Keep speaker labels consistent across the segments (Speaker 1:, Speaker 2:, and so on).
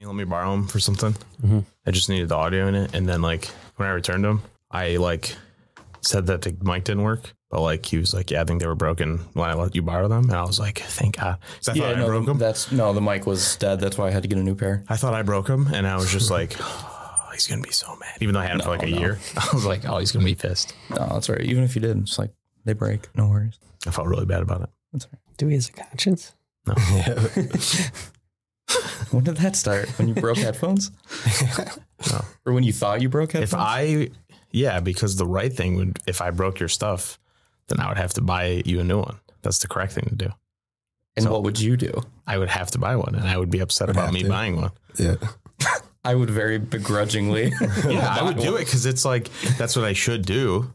Speaker 1: you let me borrow them for something. I just needed the audio in it, and then like when I returned them, I like said that the mic didn't work, but like he was like, "Yeah, I think they were broken." When I let you borrow them, and I uh, was like, "Thank God," 'Cause I
Speaker 2: Yeah,
Speaker 1: thought I broke
Speaker 2: no,
Speaker 1: them.
Speaker 2: that's no. The mic was dead. That's why I had to get a new pair.
Speaker 1: I thought I broke him, and I was just like, oh, "He's gonna be so mad," even though I had him for like a
Speaker 2: no.
Speaker 1: year. I was like, "Oh, he's gonna be pissed."
Speaker 2: No, that's all right. Even if you did, it's like they break. No worries.
Speaker 1: I felt really bad about it.
Speaker 2: That's all
Speaker 3: Dewey has a conscience.
Speaker 2: right. When did that start? When you broke headphones?
Speaker 1: No.
Speaker 2: Or when you thought you broke headphones?
Speaker 1: If I, yeah, because the right thing would, if I broke your stuff, then I would have to buy you a new one. That's the correct thing to do.
Speaker 2: and what would you do?
Speaker 1: I would have to buy one, and I would be upset about
Speaker 4: have
Speaker 1: me
Speaker 4: to.
Speaker 1: buying one.
Speaker 4: Yeah.
Speaker 2: I would very begrudgingly.
Speaker 1: Yeah, I would do it because it's like that's what I should do,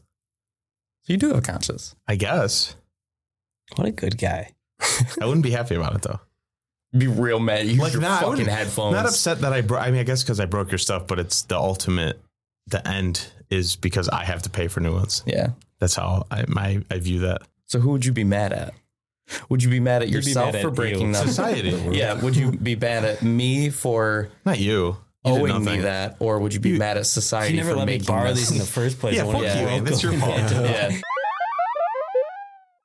Speaker 2: You do have conscience
Speaker 1: I guess.
Speaker 3: What a good guy.
Speaker 1: I wouldn't be happy about it though.
Speaker 2: Be real mad. Use
Speaker 1: Like
Speaker 2: your
Speaker 1: not
Speaker 2: fucking headphones.
Speaker 1: Not upset that I broke. I mean, I guess because I broke your stuff, but it's the ultimate. The end is because I have to pay for new ones.
Speaker 2: Yeah.
Speaker 1: That's how I my I view that
Speaker 2: So who would you be mad at? Would you be mad at
Speaker 3: be
Speaker 2: yourself
Speaker 3: mad at
Speaker 2: for breaking
Speaker 3: you.
Speaker 2: them?
Speaker 1: society.
Speaker 2: Yeah. Would you be mad at me for
Speaker 1: not you. You did
Speaker 2: owing me
Speaker 1: nothing.
Speaker 2: that, or would you be
Speaker 1: You-
Speaker 2: mad at society?
Speaker 3: He never
Speaker 2: for
Speaker 3: let me
Speaker 2: making
Speaker 3: borrow
Speaker 2: this?
Speaker 3: these in the first place.
Speaker 1: Yeah,
Speaker 3: I wanted
Speaker 1: fuck
Speaker 3: to
Speaker 1: you,
Speaker 3: go
Speaker 1: man. That's your
Speaker 3: going
Speaker 1: fault.
Speaker 3: into-
Speaker 2: yeah.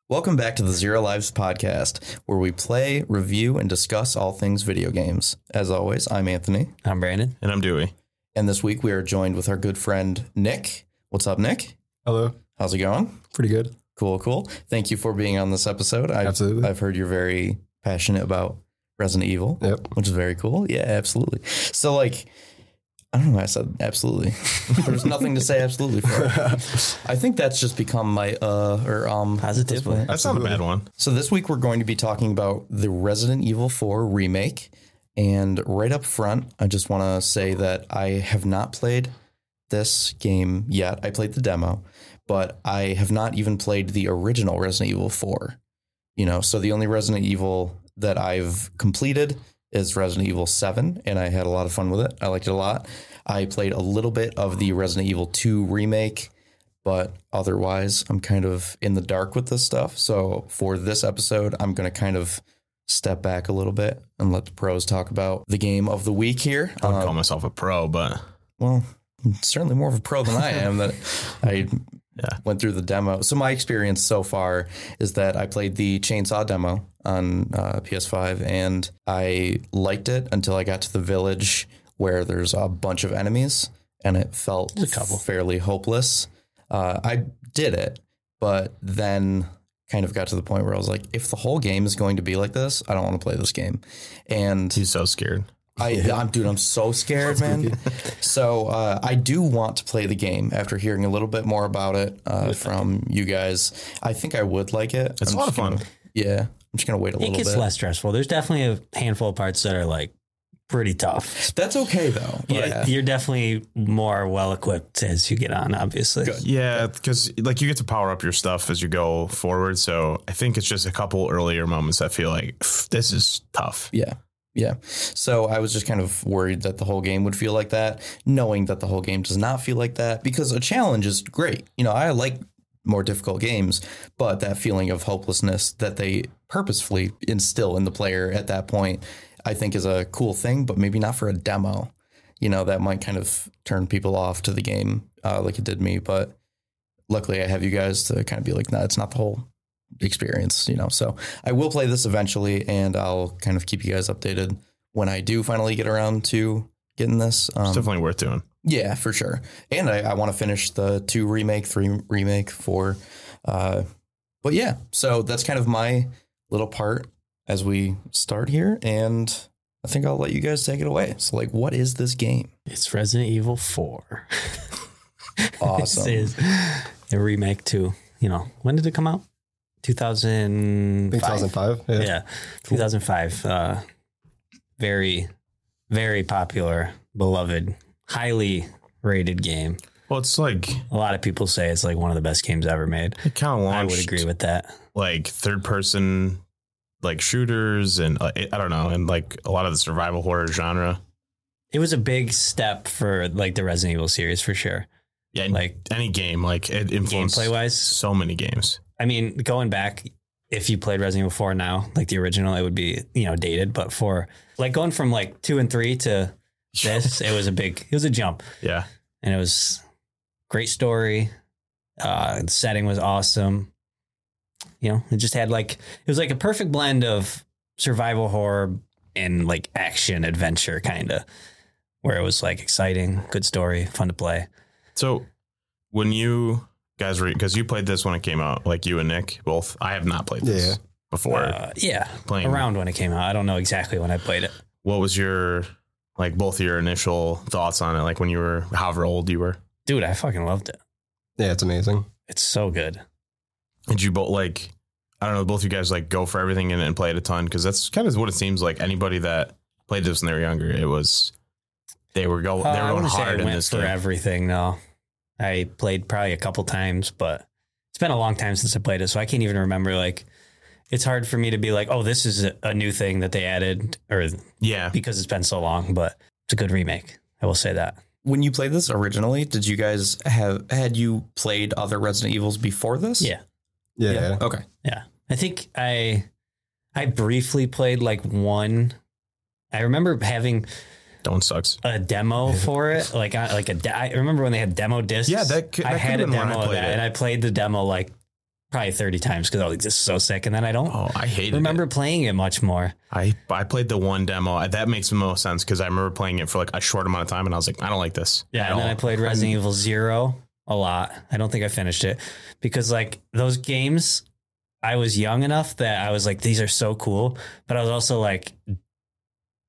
Speaker 2: Welcome back to the Zero Lives podcast, where we play, review, and discuss all things video games. As always, I'm Anthony,
Speaker 3: I'm Brandon.
Speaker 1: And I'm Dewey.
Speaker 2: and this week we are joined with our good friend Nick. What's up, Nick?
Speaker 4: Hello.
Speaker 2: How's it going?
Speaker 4: Pretty good.
Speaker 2: Cool, cool. Thank you for being on this episode. I've,
Speaker 4: Absolutely.
Speaker 2: I've heard you're very passionate about Resident Evil.
Speaker 4: Yep.
Speaker 2: which is very cool. Yeah, absolutely. So like, I don't know. why I said absolutely. There's nothing to say absolutely for. I think that's just become my uh or um.
Speaker 3: Positively.
Speaker 1: That's not a bad one.
Speaker 2: So this week we're going to be talking about the Resident Evil 4 remake, and right up front, I just want to say that I have not played this game yet. I played the demo, but I have not even played the original Resident Evil 4. You know, so the only Resident Evil that I've completed is Resident Evil 7, and I had a lot of fun with it. I liked it a lot. I played a little bit of the Resident Evil 2 remake, but otherwise, I'm kind of in the dark with this stuff. So for this episode, I'm going to kind of step back a little bit and let the pros talk about the game of the week here.
Speaker 1: I would
Speaker 2: Um,
Speaker 1: call myself a pro, but
Speaker 2: well, I'm certainly more of a pro than I am that I
Speaker 1: Yeah.
Speaker 2: went through the demo. So my experience so far is that I played the chainsaw demo on uh, PS5 and I liked it until I got to the village where there's a bunch of enemies and it felt
Speaker 3: There's a couple.
Speaker 2: fairly hopeless. Uh, I did it, but then kind of got to the point where I was like, if the whole game is going to be like this, I don't want to play this game. And
Speaker 1: he's so scared.
Speaker 2: I, I'm dude, I'm so scared, man. so uh, I do want to play the game after hearing a little bit more about it uh, from you guys. I think I would like it.
Speaker 1: It's
Speaker 2: I'm
Speaker 1: a lot
Speaker 2: just
Speaker 1: of fun.
Speaker 2: gonna- yeah, I'm just gonna wait a
Speaker 3: It
Speaker 2: little
Speaker 3: gets
Speaker 2: bit.
Speaker 3: less stressful. There's definitely a handful of parts that are like pretty tough.
Speaker 2: That's okay though.
Speaker 3: But You're definitely more well equipped as you get on, obviously.
Speaker 2: Good.
Speaker 1: Yeah, because like you get to power up your stuff as you go forward. So I think it's just a couple earlier moments that feel like "Pff, this is tough.
Speaker 2: Yeah. Yeah. So I was just kind of worried that the whole game would feel like that, knowing that the whole game does not feel like that because a challenge is great. You know, I like more difficult games, but that feeling of hopelessness that they purposefully instill in the player at that point, I think is a cool thing, but maybe not for a demo. You know, that might kind of turn people off to the game uh, like it did me. But luckily, I have you guys to kind of be like, no, it's not the whole experience, you know. So I will play this eventually, and I'll kind of keep you guys updated when I do finally get around to getting this.
Speaker 1: It's
Speaker 2: Um,
Speaker 1: definitely worth doing.
Speaker 2: yeah, for sure. And I, I want to finish the two remake, three remake, four. Uh, but yeah, so that's kind of my little part as we start here, and I think I'll let you guys take it away. So, like, what is this game?
Speaker 3: It's Resident Evil 4.
Speaker 2: Awesome.
Speaker 3: this is a remake to, you know, when did it come out? 2005.
Speaker 4: 2005.
Speaker 3: Yeah.
Speaker 4: Yeah.
Speaker 3: 2005. Uh, very, very popular, beloved, highly rated game.
Speaker 1: Well, it's like
Speaker 3: A lot of people say it's like one of the best games ever made.
Speaker 1: it kind of launched.
Speaker 3: I would agree with that.
Speaker 1: like third person like shooters and uh, I don't know and like a lot of the survival horror genre.
Speaker 3: It was a big step for like the Resident Evil series for sure.
Speaker 1: Yeah, like
Speaker 3: Like
Speaker 1: any game like it influenced
Speaker 3: gameplay wise,
Speaker 1: so many games.
Speaker 3: I mean, going back if you played Resident Evil 4 now, like the original, it would be, you know, dated. But for like going from like two and three to this, it was a big, it was a jump.
Speaker 1: Yeah.
Speaker 3: And it was great story. Uh, the setting was awesome. You know, it just had like, it was like a perfect blend of survival horror and like action adventure, kind of, where it was like exciting, good story, fun to play.
Speaker 1: So when you guys were because you played this when it came out, like you and Nick both. I have not played this
Speaker 4: Yeah.
Speaker 1: before.
Speaker 3: Uh, yeah.
Speaker 1: playing
Speaker 3: Around when it came out. I don't know exactly when I played it.
Speaker 1: What was your like both your initial thoughts on it? Like when you were however old you were.
Speaker 3: Dude, I fucking loved it.
Speaker 4: Yeah, it's amazing.
Speaker 3: It's so good.
Speaker 1: Did you both like? I don't know. Both you guys like go for everything and, and play it a ton because that's kind of what it seems like. Anybody that played this when they were younger, it was they were going
Speaker 3: Uh,
Speaker 1: they were Oh,
Speaker 3: I
Speaker 1: going
Speaker 3: wouldn't say I
Speaker 1: hard in
Speaker 3: went
Speaker 1: this
Speaker 3: for
Speaker 1: game.
Speaker 3: everything. No, I played probably a couple times, but it's been a long time since I played it, so I can't even remember. Like, it's hard for me to be like, "Oh, this is a, a new thing that they added," or
Speaker 1: Yeah,
Speaker 3: because it's been so long. But it's a good remake. I will say that.
Speaker 2: When you played this originally, did you guys have had you played other Resident Evils before this?
Speaker 3: Yeah,
Speaker 4: Yeah.
Speaker 2: Okay.
Speaker 3: yeah. I think I I briefly played like one. I remember having
Speaker 1: that one sucks.
Speaker 3: a demo for it. Like I like a de- I remember when they had demo discs.
Speaker 1: Yeah, that could-
Speaker 3: I
Speaker 1: that
Speaker 3: had a
Speaker 1: could've been when I
Speaker 3: demo of
Speaker 1: played
Speaker 3: that,
Speaker 1: it.
Speaker 3: and I played the demo like probably thirty times because I was like, "This is so sick." And then I don't
Speaker 1: Oh, I hated. it.
Speaker 3: remember playing it much more.
Speaker 1: I I played the one demo. I- That makes the most sense because I remember playing it for like a short amount of time, and I was like, I don't like this.
Speaker 3: Yeah,
Speaker 1: at
Speaker 3: and then
Speaker 1: all.
Speaker 3: I played Resident Evil Zero a lot. I don't think I finished it because like those games, I was young enough that I was like, "These are so cool," but I was also like.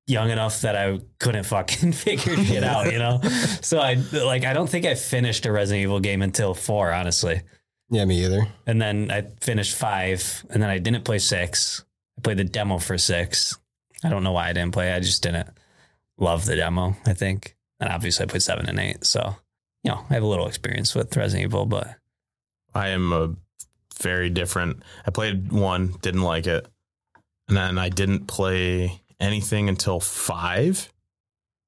Speaker 3: Young enough that I couldn't fucking figure shit out, you know. So I like I don't think I finished a Resident Evil game until four, honestly.
Speaker 4: Yeah, me either.
Speaker 3: and then I finished five, and then I didn't play six. I played the demo for six. I don't know why I didn't play. I just didn't love the demo. I think, and obviously I played seven and eight. So you know, I have a little experience with Resident Evil, but
Speaker 1: I am a very different. I played one, didn't like it, and then I didn't play anything until five.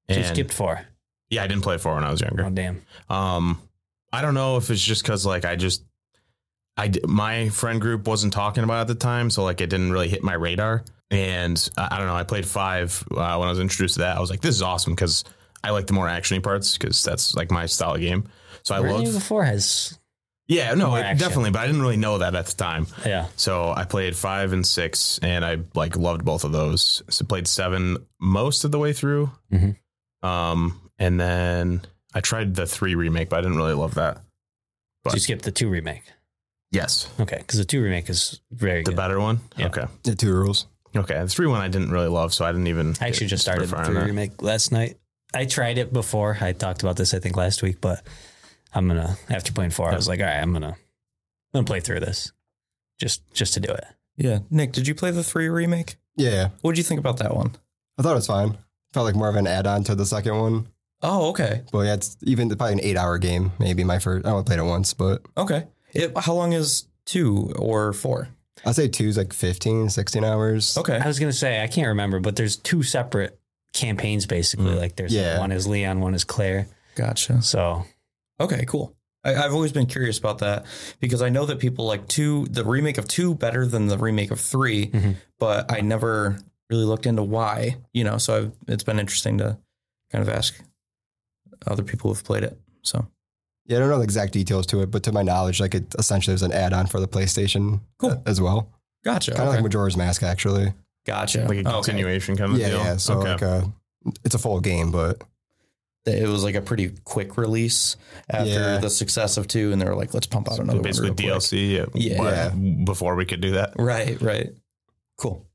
Speaker 3: so you
Speaker 1: And-
Speaker 3: skipped four.
Speaker 1: Yeah, I didn't play four when I was younger.
Speaker 3: Oh damn!
Speaker 1: Um, I don't know if it's just because like I just, I d- my friend group wasn't talking about it at the time, so like it didn't really hit my radar. And I, I don't know. I played five uh, when I was introduced to that. I was like, this is awesome because I like the more actiony parts because that's like my style of game. So I
Speaker 3: Resident Evil
Speaker 1: love.
Speaker 3: four has
Speaker 1: Yeah, no,
Speaker 3: more
Speaker 1: it,
Speaker 3: action.
Speaker 1: definitely. But I didn't really know that at the time.
Speaker 3: yeah.
Speaker 1: So I played five and six, and I like loved both of those. So played seven most of the way through,
Speaker 3: Mhm.
Speaker 1: um, and then I tried the three remake, but I didn't really love that.
Speaker 3: So
Speaker 1: But-
Speaker 3: you skipped the two remake.
Speaker 1: Yes,
Speaker 3: Okay, because the two remake is very
Speaker 1: the
Speaker 3: good.
Speaker 1: better one.
Speaker 3: Yeah.
Speaker 1: Okay,
Speaker 4: Yeah, two rules.
Speaker 1: okay. The three one I didn't really love, so I didn't even.
Speaker 3: I actually
Speaker 1: get
Speaker 3: just
Speaker 1: super
Speaker 3: started
Speaker 1: far on
Speaker 3: the three
Speaker 1: that.
Speaker 3: remake last night. I tried it before. I talked about this, I think, last week, but I'm gonna after playing four, I was like, all right, I'm gonna I'm gonna play through this. Just just to do it.
Speaker 2: Yeah. Nick, did you play the three remake?
Speaker 4: Yeah, yeah.
Speaker 2: What did you think about that one?
Speaker 4: I thought it was fine. Felt like more of an add-on to the second one.
Speaker 2: Oh, okay.
Speaker 4: Well, yeah, it's even probably an eight-hour game. Maybe my first. I only played it once, but
Speaker 2: Okay. It, how long is two or four?
Speaker 4: I'd say two's like 15, 16 hours.
Speaker 2: Okay.
Speaker 3: I was gonna say I can't remember, but there's two separate campaigns basically.
Speaker 1: Mm.
Speaker 3: Like there's
Speaker 4: Yeah.
Speaker 3: one is Leon, one is Claire.
Speaker 2: Gotcha.
Speaker 3: So
Speaker 2: Okay, cool. I, I've always been curious about that because I know that people like two, the remake of two better than the remake of 3
Speaker 3: Mhm.
Speaker 2: but I never really looked into why, you know, so I've, it's been interesting to kind of ask other people who've played it. So
Speaker 4: Yeah, I don't know the exact details to it, but to my knowledge, like it essentially was an add-on for the PlayStation uh,
Speaker 2: Cool.
Speaker 4: as well.
Speaker 2: gotcha.
Speaker 4: Kind of like
Speaker 2: okay.
Speaker 4: Majora's Mask, actually.
Speaker 2: gotcha.
Speaker 1: Like a
Speaker 3: Oh,
Speaker 2: Okay.
Speaker 1: continuation kind of
Speaker 4: Yeah,
Speaker 1: deal.
Speaker 4: yeah. So like a, it's a full game, but
Speaker 2: It was like a pretty quick release after
Speaker 4: Yeah.
Speaker 2: the success of two, and they were like, let's pump out another one.
Speaker 1: basically
Speaker 2: real quick.
Speaker 1: DLC. Yeah,
Speaker 2: Yeah.
Speaker 1: but
Speaker 4: Yeah.
Speaker 1: Before we could do that,
Speaker 2: Right, right. Cool.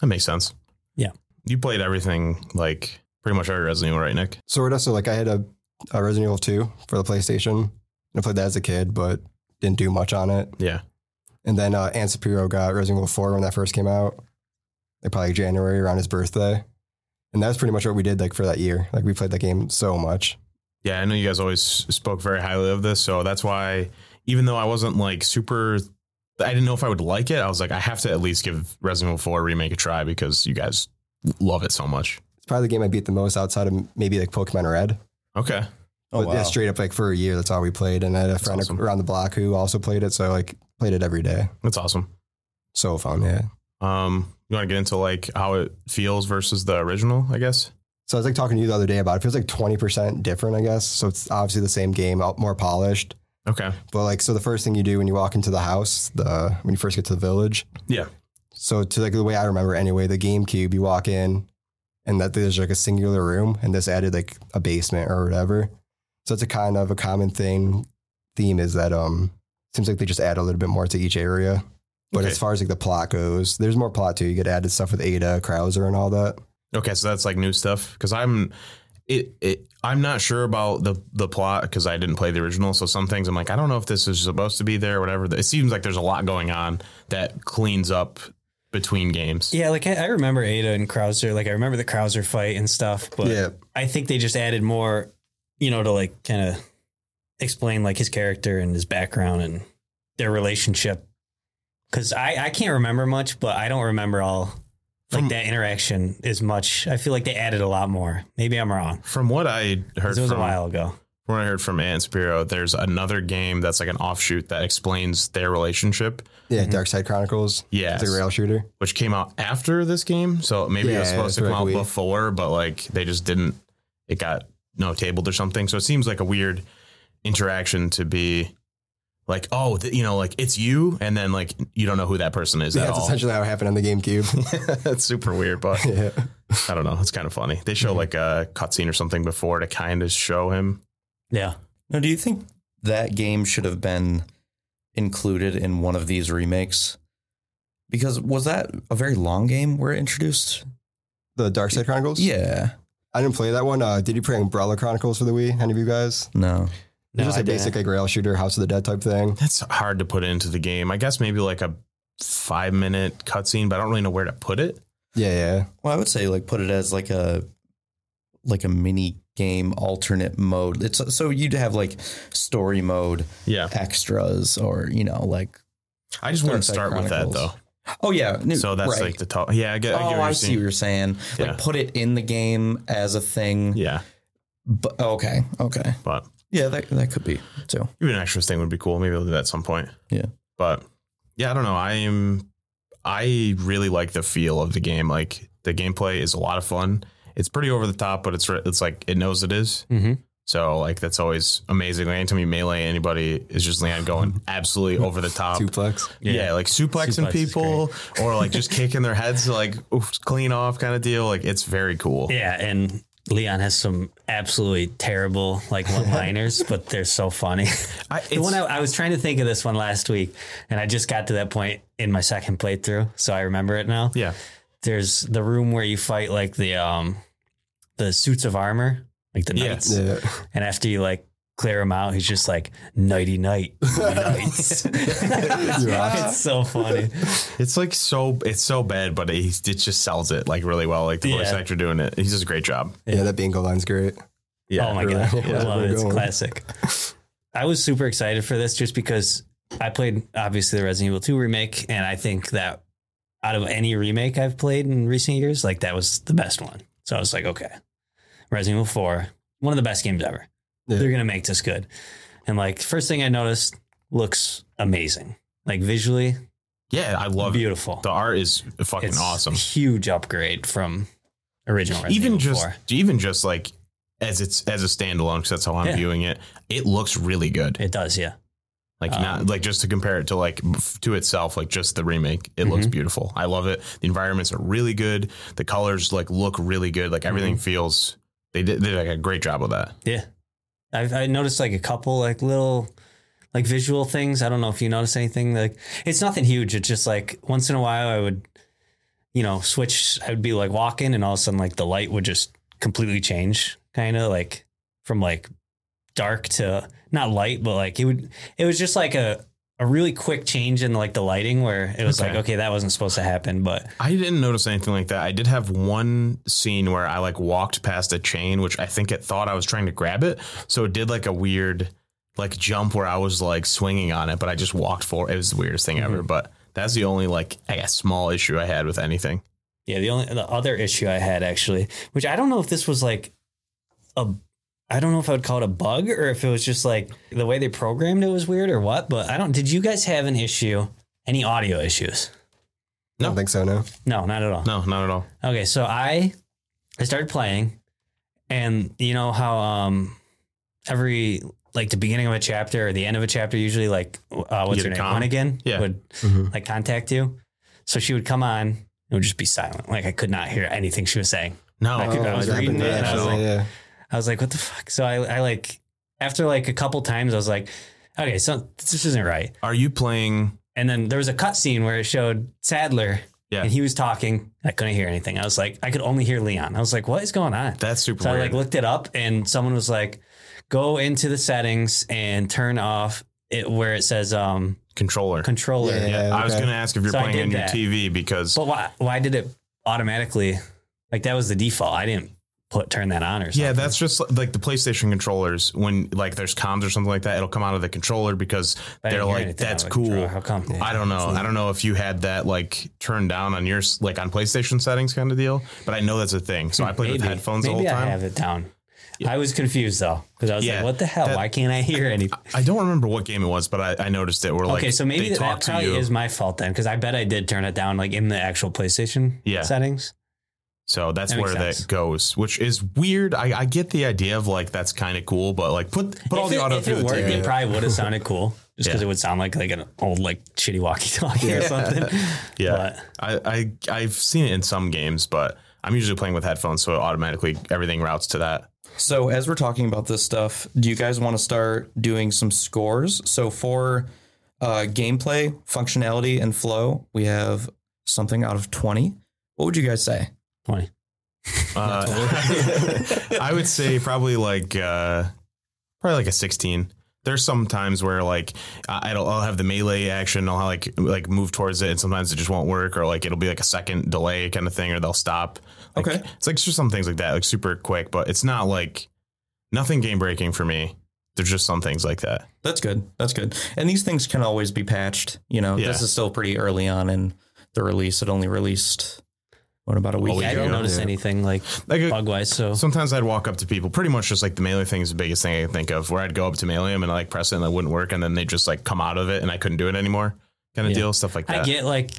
Speaker 1: that makes sense.
Speaker 3: Yeah.
Speaker 1: you played everything like pretty much every Resident Evil, right, Nick?
Speaker 4: sort of. So like I had a, a Resident Evil 2 for the PlayStation. And I played that as a kid, but didn't do much on it.
Speaker 1: Yeah,
Speaker 4: And then uh, Ann Sapiro got Resident Evil 4 when that first came out, like probably January around his birthday. And that's pretty much what we did like for that year. Like we played that game so much.
Speaker 1: Yeah, I know you guys always spoke very highly of this, so that's why even though I wasn't like super I didn't know if I would like it, I was like I have to at least give Resident Evil 4 remake a try because you guys love it so much.
Speaker 4: It's probably the game I beat the most outside of maybe like Pokemon Red.
Speaker 1: Okay.
Speaker 2: Oh,
Speaker 4: but yeah, straight up like for a year, that's all we played. And I had a friend
Speaker 1: awesome.
Speaker 4: around the block who also played it. So I like played it every day.
Speaker 1: That's awesome.
Speaker 4: So fun, yeah.
Speaker 1: Um, you want to get into like how it feels versus the original, I guess.
Speaker 4: So I was like talking to you the other day about it. it feels like 20% different, I guess. So it's obviously the same game, out- more polished.
Speaker 1: Okay.
Speaker 4: But like, so the first thing you do when you walk into the house, the when you first get to the village,
Speaker 1: Yeah.
Speaker 4: So to like the way I remember anyway, the GameCube, you walk in, and that there's like a singular room, and this added like a basement or whatever. So it's a kind of a common thing. Theme is that um seems like they just add a little bit more to each area. But
Speaker 1: Okay.
Speaker 4: as far as like the plot goes, there's more plot too. You get added stuff with Ada, Krauser, and all that.
Speaker 1: Okay, so that's like new stuff because I'm it, it I'm not sure about the the plot because I didn't play the original. So some things I'm like I don't know if this is supposed to be there or whatever. It seems like there's a lot going on that cleans up between games.
Speaker 3: Yeah, like I, I remember Ada and Krauser. Like I remember the Krauser fight and stuff, but
Speaker 4: yeah,
Speaker 3: I think they just added more, you know, to like kind of explain like his character and his background and their relationship. Cause I, I can't remember much, but I don't remember all like
Speaker 1: From-
Speaker 3: that interaction as much. I feel like they added a lot more. Maybe I'm wrong.
Speaker 1: From what I
Speaker 3: 'Cause
Speaker 1: heard
Speaker 3: It was
Speaker 1: from
Speaker 3: a while ago.
Speaker 1: from what I heard from Aunt Spiro, there's another game that's like an offshoot that explains their relationship.
Speaker 4: yeah.
Speaker 3: Mhm.
Speaker 4: Dark Side Chronicles.
Speaker 1: Yeah,
Speaker 4: It's a rail shooter.
Speaker 1: which came out after this game. So maybe it was
Speaker 4: Yeah,
Speaker 1: supposed to
Speaker 4: that's
Speaker 1: come
Speaker 4: what
Speaker 1: out
Speaker 4: we-
Speaker 1: before, but like they just didn't. It got no tabled or something. So it seems like a weird interaction to be like, oh, th- you know, like it's you, and then like you don't know who that person is
Speaker 4: Yeah,
Speaker 1: at
Speaker 4: that's
Speaker 1: all.
Speaker 4: essentially how it happened on the GameCube.
Speaker 1: that's super weird, but
Speaker 4: yeah.
Speaker 1: I don't know. It's kind of funny. They show like a cutscene or something before to kind of show him.
Speaker 3: Yeah.
Speaker 2: Now, do you think that game should have been included in one of these remakes? Because was that a very long game we're introduced?
Speaker 4: The Dark Side Chronicles?
Speaker 2: Yeah.
Speaker 4: I didn't play that one. Uh, did you play Umbrella Chronicles for the Wii? Any of you guys?
Speaker 2: No.
Speaker 4: It's
Speaker 3: No,
Speaker 4: just
Speaker 3: I
Speaker 4: a basic
Speaker 3: didn't.
Speaker 4: like rail shooter, House of the Dead type thing.
Speaker 1: That's hard to put into the game. I guess maybe like a five minute cutscene, but I don't really know where to put it.
Speaker 4: Yeah, yeah.
Speaker 2: Well, I would say like put it as like a like a mini game alternate mode. It's so you'd have like story mode
Speaker 1: Yeah,
Speaker 2: extras or you know like
Speaker 1: I just wouldn't
Speaker 2: Dark Side
Speaker 1: start with that
Speaker 2: Chronicles.
Speaker 1: though.
Speaker 2: oh yeah
Speaker 1: So that's
Speaker 2: right.
Speaker 1: like the top. Yeah, I get. I get
Speaker 2: oh
Speaker 1: what you're
Speaker 2: I see
Speaker 1: saying.
Speaker 2: what you're saying
Speaker 1: Yeah.
Speaker 2: like put it in the game as a thing
Speaker 1: Yeah,
Speaker 2: but okay okay
Speaker 1: but
Speaker 2: yeah that that could be too
Speaker 1: even an extra thing would be cool. Maybe we'll do that at some point.
Speaker 2: Yeah.
Speaker 1: But yeah, I don't know. I am. I really like the feel of the game. Like the gameplay is a lot of fun. It's pretty over the top, but it's re- it's like it knows it is.
Speaker 3: Mhm.
Speaker 1: So like that's always amazing. Like anytime you melee anybody, is just Leon going absolutely over the top.
Speaker 4: Duplex.
Speaker 1: Yeah,
Speaker 3: Yeah.
Speaker 1: like suplexing
Speaker 3: Suplex is
Speaker 1: people or like just kicking their heads like oof, clean off kind of deal. Like it's very cool.
Speaker 3: Yeah. And Leon has some absolutely terrible like one liners, but they're so funny.
Speaker 1: I,
Speaker 3: The
Speaker 1: it's-
Speaker 3: one I, I was trying to think of this one last week, and I just got to that point in my second playthrough, so I remember it now.
Speaker 1: yeah.
Speaker 3: There's the room where you fight like the um the suits of armor, like the
Speaker 1: Yeah.
Speaker 3: knights,
Speaker 4: Yeah.
Speaker 3: and after you like clear him out, he's just like nighty night knights. it's so funny.
Speaker 1: It's like so it's so bad, but he it just sells it like really well. Like the voice
Speaker 3: Yeah.
Speaker 1: actor doing it, he does a great job.
Speaker 4: Yeah, that bingo line's great.
Speaker 1: Yeah,
Speaker 3: oh my
Speaker 4: really.
Speaker 3: god,
Speaker 4: Yeah.
Speaker 3: I love it. It's a
Speaker 4: Going.
Speaker 3: classic. I was super excited for this just because I played obviously the Resident Evil 2 remake, and I think that out of any remake I've played in recent years, like that was the best one. So I was like, okay, Resident Evil 4, one of the best games ever.
Speaker 4: Yeah.
Speaker 3: They're gonna make this good. And like first thing I noticed, looks amazing. Like visually,
Speaker 1: yeah, I love it.
Speaker 3: beautiful.
Speaker 1: The art is fucking
Speaker 3: It's
Speaker 1: awesome.
Speaker 3: Huge upgrade from original Resident
Speaker 1: Even
Speaker 3: Evil
Speaker 1: just
Speaker 3: 4.
Speaker 1: even just like as it's as a standalone, because that's how I'm
Speaker 3: Yeah.
Speaker 1: viewing it. It looks really good.
Speaker 3: It does, yeah.
Speaker 1: Like
Speaker 3: Um,
Speaker 1: not like just to compare it to like f- to itself, like just the remake. It
Speaker 3: Mm-hmm.
Speaker 1: looks beautiful. I love it. The environments are really good. The colors like look really good. Like everything
Speaker 3: Mm-hmm.
Speaker 1: feels. They did, they did like a great job with that.
Speaker 3: Yeah. I've I noticed like a couple like little like visual things. I don't know if you notice anything. Like it's nothing huge. It's just like once in a while I would, you know, switch I would be like walking and all of a sudden like the light would just completely change, kinda like from like dark to not light, but like it would it was just like a a really quick change in like the lighting where it was
Speaker 1: Okay.
Speaker 3: like, okay, that wasn't supposed to happen, but
Speaker 1: I didn't notice anything like that. I did have one scene where I like walked past a chain, which I think it thought I was trying to grab it. So it did like a weird like jump where I was like swinging on it, but I just walked for it was the weirdest thing ever. But that's the only like I guess small issue I had with anything.
Speaker 3: Yeah, the only the other issue I had actually, which I don't know if this was like a I don't know if I would call it a bug or if it was just like the way they programmed it was weird or what, but I don't did you guys have an issue, any audio issues?
Speaker 4: I
Speaker 1: No.
Speaker 4: don't think so. No.
Speaker 3: No, not at all.
Speaker 1: No, not at all.
Speaker 3: Okay, so I I started playing, and you know how um every like the beginning of a chapter or the end of a chapter usually like uh, what's
Speaker 1: get
Speaker 3: her
Speaker 1: a
Speaker 3: name
Speaker 1: com?
Speaker 3: one again
Speaker 1: Yeah. Mm-hmm.
Speaker 3: would like contact you, so she would come on. It would just be silent. Like I could not hear anything she was saying.
Speaker 1: No,
Speaker 3: I could- I was
Speaker 4: Oh, that
Speaker 3: reading
Speaker 4: happened
Speaker 3: it and I was
Speaker 4: actually, yeah.
Speaker 3: I was like, what the fuck? So I, I like after like a couple times, I was like, okay, so this isn't right.
Speaker 1: Are you playing?
Speaker 3: And then there was a cut scene where it showed Sadler
Speaker 1: Yeah.
Speaker 3: and he was talking. I couldn't hear anything. I was like, I could only hear Leon. I was like, what is going on?
Speaker 1: That's super
Speaker 3: So I
Speaker 1: weird.
Speaker 3: like looked it up and someone was like, go into the settings and turn off it where it says um
Speaker 1: Controller.
Speaker 3: controller.
Speaker 4: Yeah.
Speaker 1: I was
Speaker 4: okay.
Speaker 1: going to ask if you're
Speaker 3: So I
Speaker 1: playing
Speaker 3: did
Speaker 1: on your
Speaker 3: that.
Speaker 1: TV because
Speaker 3: But why why did it automatically like that was the default. I didn't put turn that on or something.
Speaker 1: Yeah, that's just like the PlayStation controllers. When like there's comms or something like that, it'll come out of the controller because
Speaker 3: I didn't
Speaker 1: they're
Speaker 3: hear
Speaker 1: like,
Speaker 3: anything
Speaker 1: "That's
Speaker 3: on the
Speaker 1: cool."
Speaker 3: controller. How come?
Speaker 1: I don't know. I don't know if you had that like turned down on your s- like on PlayStation settings kind of deal, but I know that's a thing. So I played with headphones
Speaker 3: Maybe
Speaker 1: the whole
Speaker 3: I
Speaker 1: time.
Speaker 3: have it down. I was confused though because I was
Speaker 1: Yeah,
Speaker 3: like, "What the hell?
Speaker 1: that-
Speaker 3: Why can't I hear anything?"
Speaker 1: I don't remember what game it was, but I, I noticed it. Where like
Speaker 3: okay, so maybe
Speaker 1: they
Speaker 3: that, that
Speaker 1: talk to
Speaker 3: probably
Speaker 1: you,
Speaker 3: is my fault then because I bet I did turn it down like in the actual PlayStation
Speaker 1: Yeah.
Speaker 3: settings.
Speaker 1: so that's
Speaker 3: that makes
Speaker 1: where
Speaker 3: sense.
Speaker 1: that goes, which is weird. I, I get the idea of like that's kind of cool, but like put put all
Speaker 3: if
Speaker 1: the
Speaker 3: it,
Speaker 1: auto
Speaker 3: if
Speaker 1: through
Speaker 3: it
Speaker 1: the
Speaker 3: worked,
Speaker 1: TV.
Speaker 3: it probably would have sounded cool just because
Speaker 1: Yeah.
Speaker 3: it would sound like like an old like shitty walkie-talkie or something.
Speaker 1: Yeah, I, I I've seen it in some games, but I'm usually playing with headphones, so automatically everything routes to that.
Speaker 2: So as we're talking about this stuff, do you guys want to start doing some scores? So for uh, gameplay, functionality, and flow, we have something out of twenty. What would you guys say?
Speaker 3: Twenty.
Speaker 1: Uh, I would say probably like uh, probably like a 16. There's some times where like I- I'll, I'll have the melee action, I'll like like move towards it, and sometimes it just won't work, or like it'll be like a second delay kind of thing, or they'll stop. Like,
Speaker 2: Okay.
Speaker 1: it's like just some things like that, like super quick, but it's not like nothing game breaking for me. There's just some things like that.
Speaker 2: That's good. That's good. And these things can always be patched. You know,
Speaker 1: Yeah.
Speaker 2: this is still pretty early on in the release. It only released what about a week
Speaker 1: week
Speaker 3: I
Speaker 2: ago?
Speaker 3: didn't notice anything like
Speaker 1: Like a-
Speaker 3: bug wise. So
Speaker 1: Sometimes I'd walk up to people, pretty much just like the melee thing is the biggest thing I can think of, where I'd go up to melee 'em and like press it and it wouldn't work, and then they just like come out of it and I couldn't do it anymore, kind of
Speaker 3: Yeah.
Speaker 1: deal, stuff like that.
Speaker 3: I get like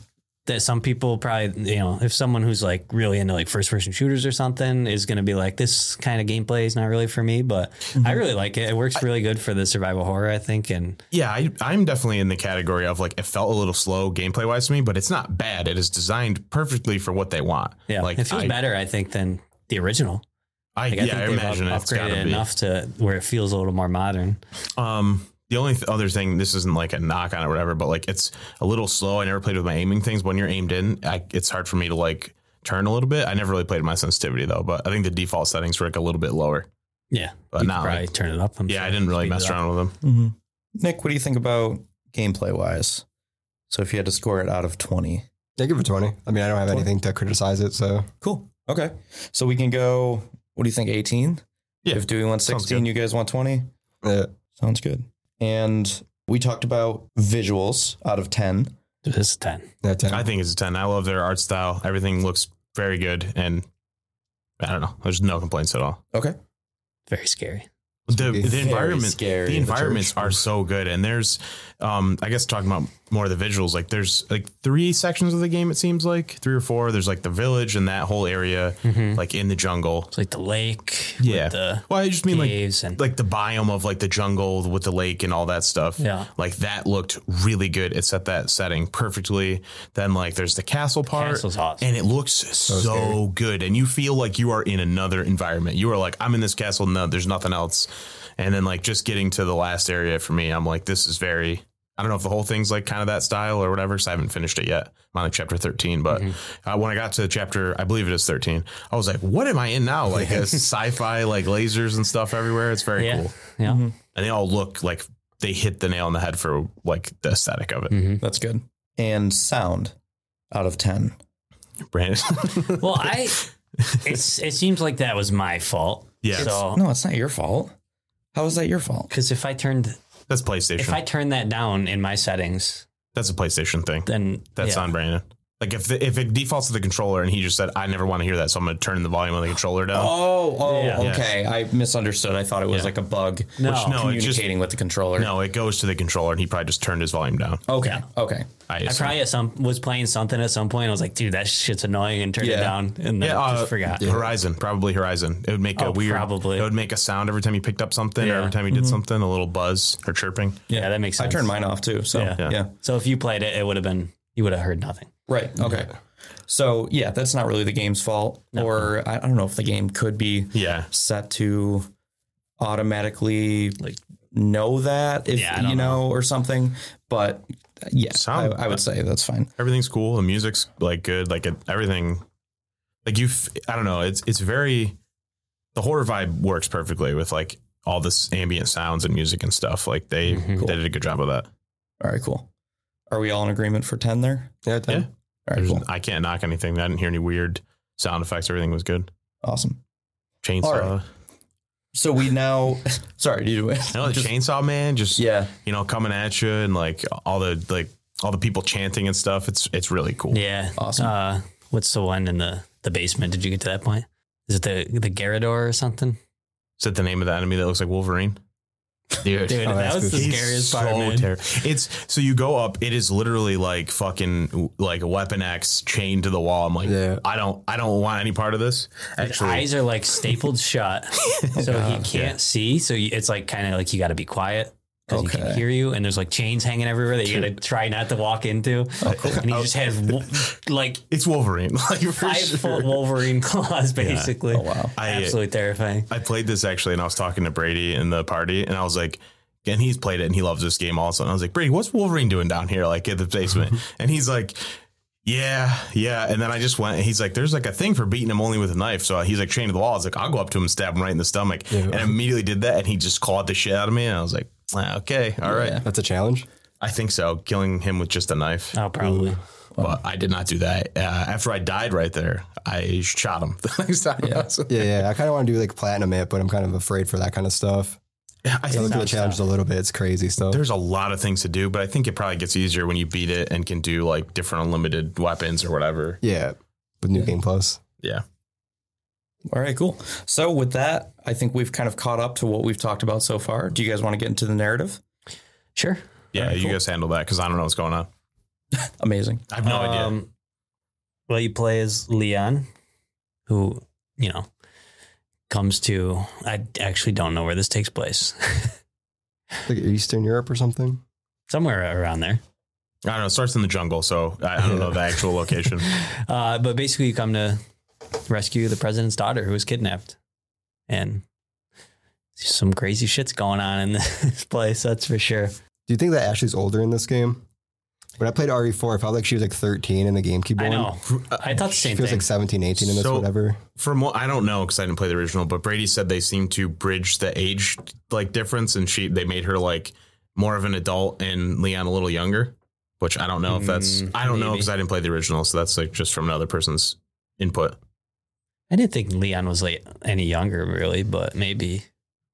Speaker 3: that some people probably you know if someone who's like really into like first person shooters or something is going to be like this kind of gameplay is not really for me but I
Speaker 1: Mhm.
Speaker 3: really like it it works really good for the survival horror I think and
Speaker 1: Yeah, I, I'm definitely in the category of like it felt a little slow gameplay wise to me, but it's not bad. It is designed perfectly for what they want.
Speaker 3: yeah
Speaker 1: like
Speaker 3: it feels
Speaker 1: I,
Speaker 3: better I think than the original
Speaker 1: I,
Speaker 3: like, I
Speaker 1: yeah, I
Speaker 3: think
Speaker 1: imagine
Speaker 3: they've up-
Speaker 1: it's
Speaker 3: upgraded
Speaker 1: gotta
Speaker 3: it
Speaker 1: be.
Speaker 3: enough to where it feels a little more modern
Speaker 1: Um, the only th- other thing, this isn't like a knock on it or whatever, but like it's a little slow. I never played with my aiming things. When you're aimed in, I, it's hard for me to like turn a little bit. I never really played with my sensitivity though, but I think the default settings were like a little bit lower.
Speaker 3: yeah
Speaker 1: But
Speaker 3: you could
Speaker 1: now,
Speaker 3: probably
Speaker 1: like-
Speaker 3: turn it up I'm
Speaker 1: Yeah,
Speaker 3: sure.
Speaker 1: I didn't really
Speaker 3: Speed it
Speaker 1: mess
Speaker 3: up.
Speaker 1: around with them.
Speaker 2: Mhm. Nick, what do you think about gameplay wise? So if you had to score it out of twenty,
Speaker 4: Yeah, give it twenty. I mean, I don't have anything to criticize it, so
Speaker 2: Cool. Okay. So we can go, what do you think, 18?
Speaker 1: Yeah.
Speaker 2: If Dewey wants
Speaker 1: Sounds
Speaker 2: 16,
Speaker 1: good.
Speaker 2: you guys want 20?
Speaker 4: yeah.
Speaker 2: Sounds good. And we talked about visuals out of 10.
Speaker 3: Dude, this is 10
Speaker 4: yeah 10.
Speaker 1: I think it's a 10. I love their art style. Everything looks very good. And I don't know, there's no complaints at all.
Speaker 2: Okay.
Speaker 3: very scary
Speaker 1: The,
Speaker 4: Very
Speaker 1: the environment,
Speaker 2: scary.
Speaker 1: the environments
Speaker 4: church.
Speaker 1: are so good. And there's, um, I guess talking about more of the visuals, like there's like three sections of the game, it seems like three or four. There's like the village and that whole area, like in the jungle.
Speaker 3: it's like the lake
Speaker 1: Yeah.
Speaker 3: with the
Speaker 1: Well, I just mean like,
Speaker 3: caves and
Speaker 1: like the biome of like the jungle with the lake and all that stuff.
Speaker 3: yeah
Speaker 1: Like that looked really good. It set that setting perfectly. Then like there's the castle part.
Speaker 3: castle's awesome
Speaker 1: and it looks so,
Speaker 4: scary.
Speaker 1: good and you feel like you are in another environment you are like i'm in this castle no there's nothing else and then like just getting to the last area for me i'm like this is very i don't know if the whole thing's like kind of that style or whatever because i haven't finished it yet i'm on like chapter 13 but
Speaker 3: Mm-hmm.
Speaker 1: uh, when i got to chapter i believe it is 13 i was like what am i in now like a sci-fi like lasers and stuff everywhere it's very
Speaker 3: Yeah.
Speaker 1: cool
Speaker 3: yeah
Speaker 1: and they all look like they hit the nail on the head for like the aesthetic of it
Speaker 3: Mhm.
Speaker 2: That's good. And sound out of 10.
Speaker 1: brandon
Speaker 3: Mm-hmm. Well, I it's it seems like that was my fault.
Speaker 1: Yeah.
Speaker 3: So
Speaker 2: No, it's not your fault. How is that your fault?
Speaker 3: because if I turned
Speaker 1: that's playstation
Speaker 3: if I turned that down in my settings,
Speaker 1: that's a playstation thing
Speaker 3: then
Speaker 1: That's
Speaker 3: yeah.
Speaker 1: on Brandon. Like if the, if it defaults to the controller and he just said, I never want to hear that, so I'm gonna turn the volume on the controller down.
Speaker 2: Oh, oh,
Speaker 3: Yeah.
Speaker 2: okay. I misunderstood. I thought it was
Speaker 1: Yeah.
Speaker 2: like a bug
Speaker 3: No.
Speaker 2: which
Speaker 1: No, it just-
Speaker 2: communicating with the
Speaker 3: Oh.
Speaker 2: controller.
Speaker 1: No, it goes to the controller and he probably just turned his volume down.
Speaker 2: Okay. Okay.
Speaker 1: I,
Speaker 3: I
Speaker 1: assume.
Speaker 3: probably at some was playing something at some point. I was like, dude, that shit's annoying, and turned it
Speaker 2: Yeah.
Speaker 3: down, and then
Speaker 1: Yeah,
Speaker 3: just
Speaker 1: uh,
Speaker 3: forgot.
Speaker 1: Horizon, probably Horizon. It would make
Speaker 3: Oh,
Speaker 1: a weird.
Speaker 3: probably.
Speaker 1: It would make a sound every time you picked up something or
Speaker 3: Yeah.
Speaker 1: every time you
Speaker 2: Mm-hmm.
Speaker 1: did something, a little buzz or chirping.
Speaker 3: Yeah, that makes
Speaker 2: I
Speaker 3: sense.
Speaker 2: turned mine off too. So
Speaker 3: Yeah.
Speaker 2: yeah.
Speaker 3: So if you played it, it would have been you would have heard nothing.
Speaker 2: Right. Okay. So yeah, that's not really the game's fault. Or I I don't know if the game could be
Speaker 1: Yeah.
Speaker 2: set to automatically like know that if
Speaker 3: Yeah, I don't
Speaker 2: you know, or something. But uh, yeah,
Speaker 1: Sound-
Speaker 2: I, I would say that's fine.
Speaker 1: everything's cool. The music's like good. Like it, everything, like you. f- I don't know. It's it's very. The horror vibe works perfectly with like all this ambient sounds and music and stuff. Like they
Speaker 3: Mhm.
Speaker 1: they did a good job of that.
Speaker 2: Mm-hmm. All right, cool. Are we all in agreement for ten there?
Speaker 4: Yeah, ten.
Speaker 1: Yeah.
Speaker 2: All right,
Speaker 1: There's-
Speaker 2: cool.
Speaker 1: I can't knock anything. I didn't hear any weird sound effects. Everything was good.
Speaker 2: Awesome. All
Speaker 1: Chainsaw.
Speaker 2: right. So we now sorry, you do it.
Speaker 1: I know the
Speaker 2: Just-
Speaker 1: chainsaw man just
Speaker 2: yeah.
Speaker 1: you know coming at you and like all the like all the people chanting and stuff. It's it's really cool.
Speaker 3: Yeah.
Speaker 2: Awesome.
Speaker 3: Uh, what's the one in the the basement? Did you get to that point? Is it the the Garador or something?
Speaker 1: Is that the name of the enemy that looks like Wolverine? Dude,
Speaker 3: Dude, that
Speaker 4: Oh, that's
Speaker 3: was the
Speaker 4: spooky.
Speaker 1: He's
Speaker 3: scariest
Speaker 1: so
Speaker 3: part, man.
Speaker 1: terri- It's so you go up. It is literally like fucking like a Weapon X chained to the wall. I'm like,
Speaker 4: Yeah.
Speaker 1: I don't, I don't want any part of this.
Speaker 3: His
Speaker 1: Actually,
Speaker 3: eyes are like stapled shut, so he can't see. So you, it's like kind of like you got to be quiet because he can
Speaker 2: Okay.
Speaker 3: hear you. And there's like chains hanging everywhere that you got to try not to walk into. And he just has wo- like
Speaker 1: it's Wolverine. Like for
Speaker 3: five
Speaker 1: sure.
Speaker 3: foot Wolverine claws, basically.
Speaker 2: Oh wow.
Speaker 1: I- uh,
Speaker 3: Absolutely terrifying.
Speaker 1: I played this actually, and I was talking to Brady in the party, and I was like, and he's played it, and he loves this game also. And I was like, Brady, what's Wolverine doing down here, like in the basement? and he's like, yeah, yeah. And then I just went, and he's like, there's like a thing for beating him only with a knife. So he's like chained to the wall. I was like, I'll go up to him and stab him right in the stomach, and I immediately did that, and he just clawed the shit out of me, and I was like, "Ah, okay, all right,
Speaker 4: That's a challenge.
Speaker 1: I think so. Killing him with just a knife.
Speaker 3: Oh, probably.
Speaker 1: But I did not do that. Uh, after I died right there, I shot him the next time. I, was-
Speaker 4: Yeah, yeah. I kind of want to do like platinum it, but I'm kind of afraid for that kind of stuff.
Speaker 1: I
Speaker 4: I
Speaker 1: think
Speaker 4: look at the challenge a little bit. It's crazy stuff.
Speaker 1: There's a lot of things to do, but I think it probably gets easier when you beat it and can do like different unlimited weapons or whatever.
Speaker 4: Yeah, with New Game Plus.
Speaker 1: Yeah.
Speaker 2: All right, cool. So with that, I think we've kind of caught up to what we've talked about so far. Do you guys want to get into the narrative?
Speaker 3: Sure.
Speaker 1: Yeah.
Speaker 2: Alright,
Speaker 1: you
Speaker 2: cool.
Speaker 1: guys handle that because I don't know what's going on. Uh,
Speaker 2: Amazing.
Speaker 1: I have no idea.
Speaker 3: Um, Well, you play as Leon, who, you know, comes to, I actually don't know where this takes place.
Speaker 4: Like Eastern Europe or something.
Speaker 3: Somewhere around there.
Speaker 1: I don't know. It starts in the jungle, so I, I don't know the actual location.
Speaker 3: Uh, but basically, you come to rescue the president's daughter who was kidnapped. And some crazy shit's going on in this place, that's for sure.
Speaker 4: Do you think that Ashley's older in this game? When I played RE4, I felt like she was like 13 in the GameCube
Speaker 3: I
Speaker 4: one.
Speaker 3: know.
Speaker 1: uh,
Speaker 3: I thought the
Speaker 4: She
Speaker 3: same
Speaker 4: feels
Speaker 3: thing.
Speaker 4: like 17, 18 in this,
Speaker 1: So-
Speaker 4: whatever.
Speaker 1: From what I don't know, because I didn't play the original, but Brady said they seemed to bridge the age like difference, and she they made her like more of an adult and Leon a little younger. Which I don't know if that's
Speaker 3: Mm,
Speaker 1: I don't know
Speaker 3: maybe.
Speaker 1: because I didn't play the original, so that's like just from another person's input.
Speaker 3: I didn't think Leon was like any younger, really, but maybe.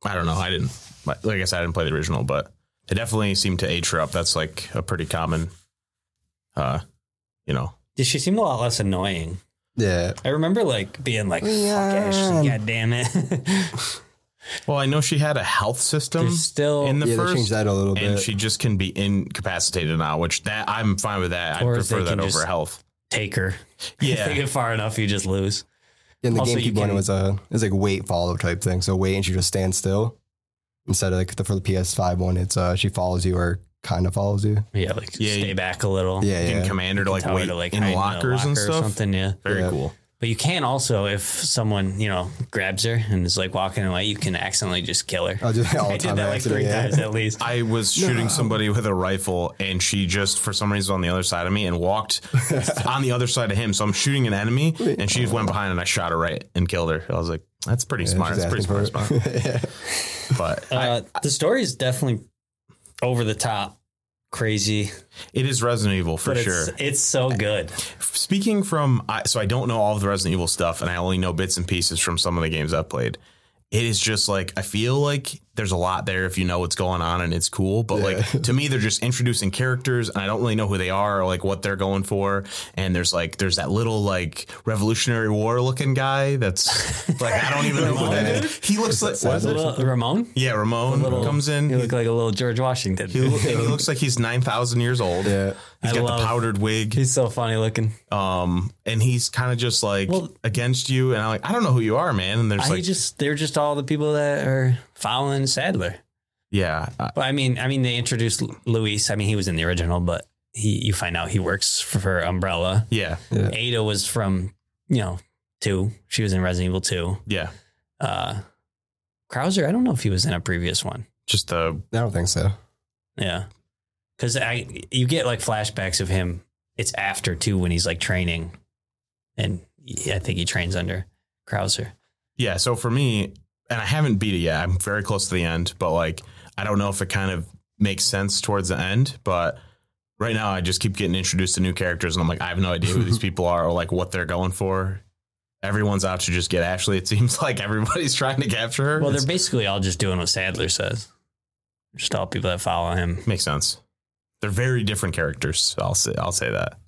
Speaker 1: I don't know. I didn't like like I said, I didn't play the original, but it definitely seemed to age her up. That's like a pretty common, uh, you know.
Speaker 3: Did she seem a lot less annoying?
Speaker 4: Yeah.
Speaker 3: I remember like being like,
Speaker 4: Leon.
Speaker 3: "Fuck Ashley, god damn it!"
Speaker 1: Well, I know she had a health system
Speaker 3: There's still
Speaker 1: in the
Speaker 4: yeah, they
Speaker 1: first,
Speaker 4: changed that a little
Speaker 1: and
Speaker 4: bit.
Speaker 1: she just can be incapacitated now. Which that I'm fine with that. I
Speaker 3: Or
Speaker 1: prefer
Speaker 3: they
Speaker 1: that
Speaker 3: can
Speaker 1: over
Speaker 3: just-
Speaker 1: health.
Speaker 3: take her. if they
Speaker 1: Yeah,
Speaker 3: get far enough, you just lose.
Speaker 4: in the
Speaker 3: also, you
Speaker 4: GameCube one,
Speaker 3: can-
Speaker 4: it was a it was like wait follow type thing. So wait and she just stands still. Instead of like the, for the PS5 one, it's uh she follows you or kind of follows you.
Speaker 3: Yeah, like
Speaker 1: Yeah,
Speaker 3: stay
Speaker 1: you-
Speaker 3: back a little.
Speaker 4: Yeah,
Speaker 1: getting
Speaker 4: yeah.
Speaker 1: commander to like
Speaker 3: Tell her
Speaker 1: wait
Speaker 3: to, like,
Speaker 1: in
Speaker 3: hide a
Speaker 1: lockers and
Speaker 3: locker or
Speaker 1: stuff.
Speaker 3: something. Yeah,
Speaker 1: Very
Speaker 4: Yeah.
Speaker 1: cool.
Speaker 3: but you can also if someone you know grabs her and is like walking away, you can accidentally just kill her.
Speaker 4: I'll do that Oh, all the
Speaker 3: I did
Speaker 4: time.
Speaker 3: that like
Speaker 4: accident,
Speaker 3: three
Speaker 4: yeah.
Speaker 3: times at least.
Speaker 1: I was shooting somebody with a rifle, and she just, for some reason, was on the other side of me and walked on the other side of him. So I'm shooting an enemy, and she just went behind, and I shot her right and killed her. I was like, "That's pretty
Speaker 4: Yeah,
Speaker 1: smart.
Speaker 4: she's
Speaker 1: That's pretty smart."
Speaker 4: asking
Speaker 1: spot.
Speaker 4: for it. Yeah.
Speaker 1: But
Speaker 3: Uh, the story is definitely over the top, crazy,
Speaker 1: it is Resident Evil for
Speaker 3: but
Speaker 1: sure.
Speaker 3: it's it's so good.
Speaker 1: Speaking from, I, so I don't know all of the Resident Evil stuff, and I only know bits and pieces from some of the games I've played. It is just like I feel like there's a lot there if you know what's going on and it's cool. But
Speaker 4: Yeah.
Speaker 1: like to me, they're just introducing characters, and I don't really know who they are or like what they're going for. And there's like there's that little like Revolutionary War looking guy that's like I don't even know who that is. He looks like
Speaker 4: What is it?
Speaker 3: Little, Ramon?
Speaker 1: yeah, Ramon
Speaker 3: Little-
Speaker 1: comes in.
Speaker 3: You
Speaker 1: He,
Speaker 3: look like a little George Washington.
Speaker 1: he, loo- he looks like he's nine thousand years old.
Speaker 4: Yeah.
Speaker 1: He's
Speaker 3: I
Speaker 1: got
Speaker 3: love-
Speaker 1: the powdered wig.
Speaker 3: He's so funny looking.
Speaker 1: um, and he's kind of just like
Speaker 3: Well-
Speaker 1: against you, and I'm like, I don't know who you are, man. And there's
Speaker 3: I
Speaker 1: like,
Speaker 3: just they're just all the people that are following Sadler.
Speaker 1: yeah, uh, I-
Speaker 3: But I mean, I mean, they introduced Lu- Luis. I mean, he was in the original, but he you find out he works for Umbrella.
Speaker 1: yeah,
Speaker 4: Yeah.
Speaker 3: Ada was from you know two. She was in Resident Evil two.
Speaker 1: yeah.
Speaker 3: Uh, Krauser, I don't know if he was in a previous one.
Speaker 1: Just uh, the
Speaker 4: I don't think so.
Speaker 3: Yeah, because I you get like flashbacks of him. It's after two when he's like training, and he- I think he trains under Krauser.
Speaker 1: yeah. So for me, and I haven't beat it yet. I'm very close to the end, but like, I don't know if it kind of makes sense towards the end. But right now, I just keep getting introduced to new characters, and I'm like, I have no idea who these people are or like what they're going for. Everyone's out to just get Ashley. It seems like everybody's trying to capture her.
Speaker 3: Well,
Speaker 1: Well,
Speaker 3: they're basically all just doing what Sadler says. Just all people that follow him.
Speaker 1: makes sense. They're very different characters. So I'll say I'll say that.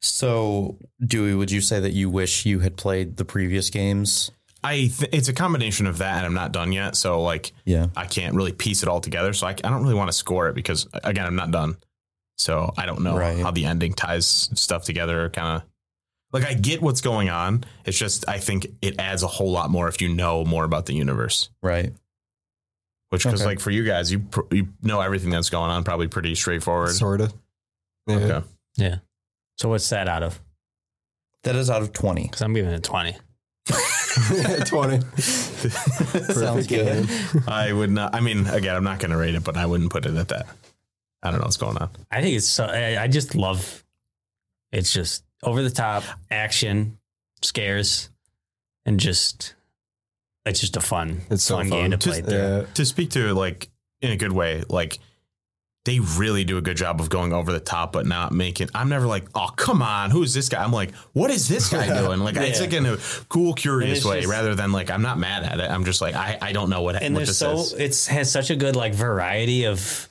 Speaker 2: So, Dewey, would you say that you wish you had played the previous games?
Speaker 1: I th- it's a combination of that, and I'm not done yet. So like,
Speaker 2: Yeah.
Speaker 1: I can't really piece it all together. So I, I don't really want to score it because again, I'm not done. So I don't know
Speaker 2: Right.
Speaker 1: how the ending ties stuff together. Kind of like I get what's going on. It's just I think it adds a whole lot more if you know more about the universe.
Speaker 2: Right.
Speaker 1: Which because
Speaker 2: Okay.
Speaker 1: like for you guys, you pr- you know everything that's going on probably pretty straightforward.
Speaker 4: Sort of. Yeah.
Speaker 1: Okay.
Speaker 3: So what's that out of?
Speaker 2: That is out of 20.
Speaker 3: Because I'm giving it twenty.
Speaker 4: 20.
Speaker 2: Sounds good.
Speaker 1: I would not. I mean, again, I'm not going to rate it, but I wouldn't put it at that. I don't know what's going on.
Speaker 3: I think it's so. I I just love. It's just over the top action, scares, and just. It's just a fun,
Speaker 4: It's so
Speaker 3: fun,
Speaker 4: fun.
Speaker 3: game to play
Speaker 1: Just-
Speaker 3: through.
Speaker 4: Yeah.
Speaker 1: to speak to like in a good way, like they really do a good job of going over the top, but not making. I'm never like, oh come on, who is this guy? I'm like, what is this guy doing? Like it's
Speaker 3: Yeah.
Speaker 1: like in a cool, curious
Speaker 3: it's
Speaker 1: way,
Speaker 3: just-
Speaker 1: rather than like I'm not mad at it. I'm just like I, I don't know what
Speaker 3: and
Speaker 1: what
Speaker 3: there's
Speaker 1: this
Speaker 3: so
Speaker 1: is.
Speaker 3: it's has such a good like variety of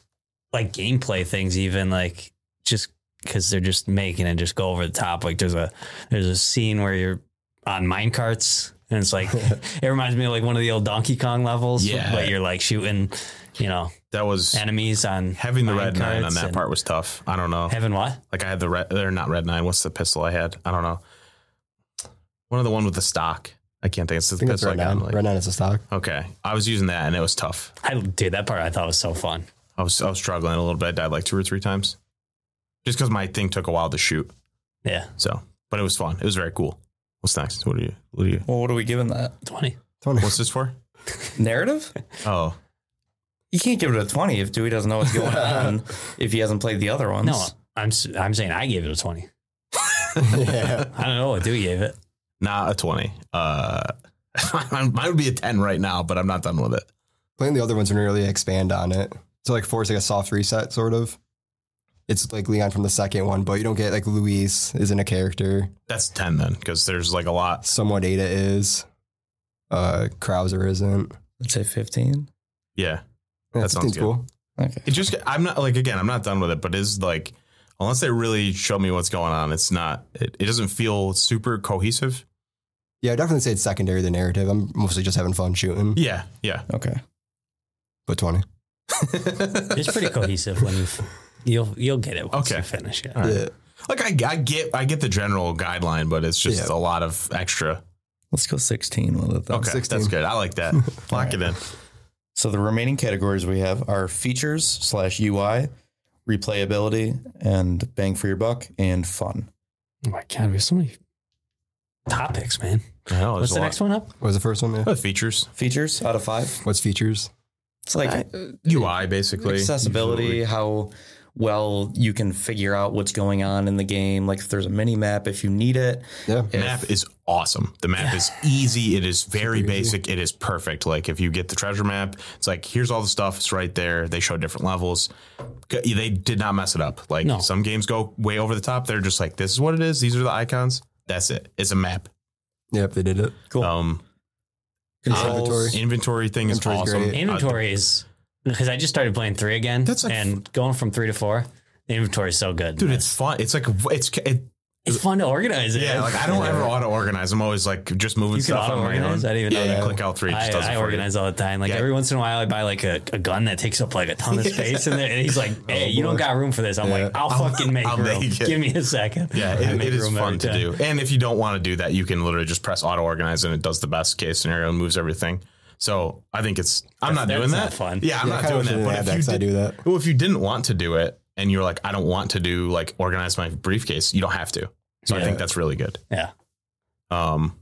Speaker 3: like gameplay things even like just because they're just making it just go over the top like there's a there's a scene where you're on mine carts and it's like it reminds me of like one of the old donkey kong levels
Speaker 1: Yeah.
Speaker 3: but you're like shooting you know
Speaker 1: That was
Speaker 3: enemies on
Speaker 1: having the
Speaker 3: mine
Speaker 1: red nine on
Speaker 3: carts
Speaker 1: that
Speaker 3: and-
Speaker 1: part was tough. I don't know.
Speaker 3: having what
Speaker 1: Like I had the red, they're not red nine. What's the pistol I had? I don't know. One of the one with the stock. I can't think. It's the
Speaker 4: I think that's
Speaker 1: pistol I
Speaker 4: right
Speaker 1: got.
Speaker 4: now.
Speaker 1: I'm like,
Speaker 4: Right now it's a stock.
Speaker 1: okay, I was using that and it was tough.
Speaker 3: i dude that part i thought was so fun
Speaker 1: I was I was struggling a little bit. I died like two or three times, just because my thing took a while to shoot.
Speaker 3: yeah
Speaker 1: So, but it was fun. It was very cool. What's next? What are you? What are you?
Speaker 2: Well, what are we giving that?
Speaker 3: 20
Speaker 4: 20.
Speaker 1: What's this for?
Speaker 2: Narrative?
Speaker 1: Oh,
Speaker 2: You can't give it a 20 if Dewey doesn't know what's going on, if he hasn't played the other ones.
Speaker 3: no i'm s- i'm saying i gave it a 20
Speaker 4: yeah.
Speaker 3: i don't know what do gave it
Speaker 1: not a twenty. Uh, mine would be a ten right now, but I'm not done with it.
Speaker 4: Playing the other ones and really expand on it. So like four is like a soft reset sort of. It's like Leon from the second one, but you don't get like Luis isn't a character.
Speaker 1: That's ten then, because there's like a lot.
Speaker 4: Somewhat Ada is. Uh Krauser isn't.
Speaker 2: Let's say 15.
Speaker 1: Yeah,
Speaker 4: Yeah,
Speaker 1: That sounds
Speaker 4: seems
Speaker 1: good.
Speaker 4: cool.
Speaker 2: Okay.
Speaker 1: it just. I'm not like again. I'm not done with it, but it's like unless they really show me what's going on, it's not. It, it doesn't feel super cohesive.
Speaker 4: Yeah, I definitely say it's secondary to narrative. I'm mostly just having fun shooting.
Speaker 1: Yeah, yeah.
Speaker 2: Okay.
Speaker 4: But twenty.
Speaker 3: It's pretty cohesive when you you'll you'll get it once
Speaker 1: Okay.
Speaker 3: you finish it.
Speaker 1: All right. Like I, I get I get the general guideline, but it's just
Speaker 4: Yeah.
Speaker 1: a lot of extra.
Speaker 2: Let's go 16 with it then.
Speaker 1: Okay,
Speaker 4: 16.
Speaker 1: that's good. I like that. Lock
Speaker 2: right.
Speaker 1: it in.
Speaker 2: So the remaining categories we have are features slash UI, replayability, and bang for your buck, and fun.
Speaker 3: Oh my god, we have so many topics, man.
Speaker 1: I know,
Speaker 3: What's the next one up?
Speaker 4: What was the first one? Yeah.
Speaker 1: one? Oh, features,
Speaker 2: Features out of five.
Speaker 4: What's features?
Speaker 2: It's like
Speaker 1: UI, basically
Speaker 2: accessibility, how well you can figure out what's going on in the game. Like if there's a mini map, if you need it.
Speaker 4: Yeah.
Speaker 1: The Map is awesome. The map is easy. It is very
Speaker 4: Super easy.
Speaker 1: basic. It is perfect. Like if you get the treasure map, it's like here's all the stuff. It's right there. They show different levels. G- They did not mess it up. Like
Speaker 3: No.
Speaker 1: some games go way over the top. They're just like this is what it is. These are the icons. That's it. It's a map.
Speaker 4: Yep, they did it.
Speaker 2: Cool.
Speaker 1: Um, Controls.
Speaker 4: Inventory.
Speaker 1: Inventory thing is
Speaker 4: Inventory's
Speaker 1: awesome.
Speaker 4: great.
Speaker 3: Inventory is because I just started playing three again.
Speaker 1: That's like-
Speaker 3: and going from three to four. The inventory is so good,
Speaker 1: Uh, dude, it's fun. It's like it's it,
Speaker 3: it's fun to organize it.
Speaker 1: yeah. Like I don't ever auto organize. I'm always like just moving
Speaker 3: you can
Speaker 1: stuff
Speaker 3: auto
Speaker 1: on my
Speaker 3: organize. I
Speaker 1: own.
Speaker 3: didn't even
Speaker 1: Yeah,
Speaker 3: know
Speaker 1: you
Speaker 3: that.
Speaker 1: click out three. It just does
Speaker 3: I,
Speaker 1: it
Speaker 3: I
Speaker 1: for you.
Speaker 3: organize all the time. Like
Speaker 1: Yeah.
Speaker 3: every once in a while, I buy like a, a gun that takes up like a ton of space, and, then, and he's like, "Hey, you don't got room for this." I'm like, "I'll fucking make
Speaker 1: Oh, I'll
Speaker 3: room.
Speaker 1: make it."
Speaker 3: Give me a second.
Speaker 1: Yeah,
Speaker 3: I
Speaker 1: it,
Speaker 3: make
Speaker 1: it is
Speaker 3: room every
Speaker 1: fun to
Speaker 3: time.
Speaker 1: do. And if you don't want to do that, you can literally just press auto organize and it does the best case scenario and moves everything. So I think it's. I'm not
Speaker 3: That's-
Speaker 1: doing
Speaker 3: that's
Speaker 1: that.
Speaker 3: not fun.
Speaker 1: Yeah, I'm
Speaker 4: Yeah, I
Speaker 1: not doing
Speaker 4: kinda wish I
Speaker 1: that.
Speaker 4: didn't
Speaker 1: But
Speaker 4: have
Speaker 1: if
Speaker 4: that
Speaker 1: you
Speaker 4: 'cause I
Speaker 1: did,
Speaker 4: do that.
Speaker 1: well, if you didn't want to do it and you're like, I don't want to do like organize my briefcase, you don't have to. So I
Speaker 3: Yeah.
Speaker 1: think that's really good.
Speaker 3: Yeah.
Speaker 1: Um.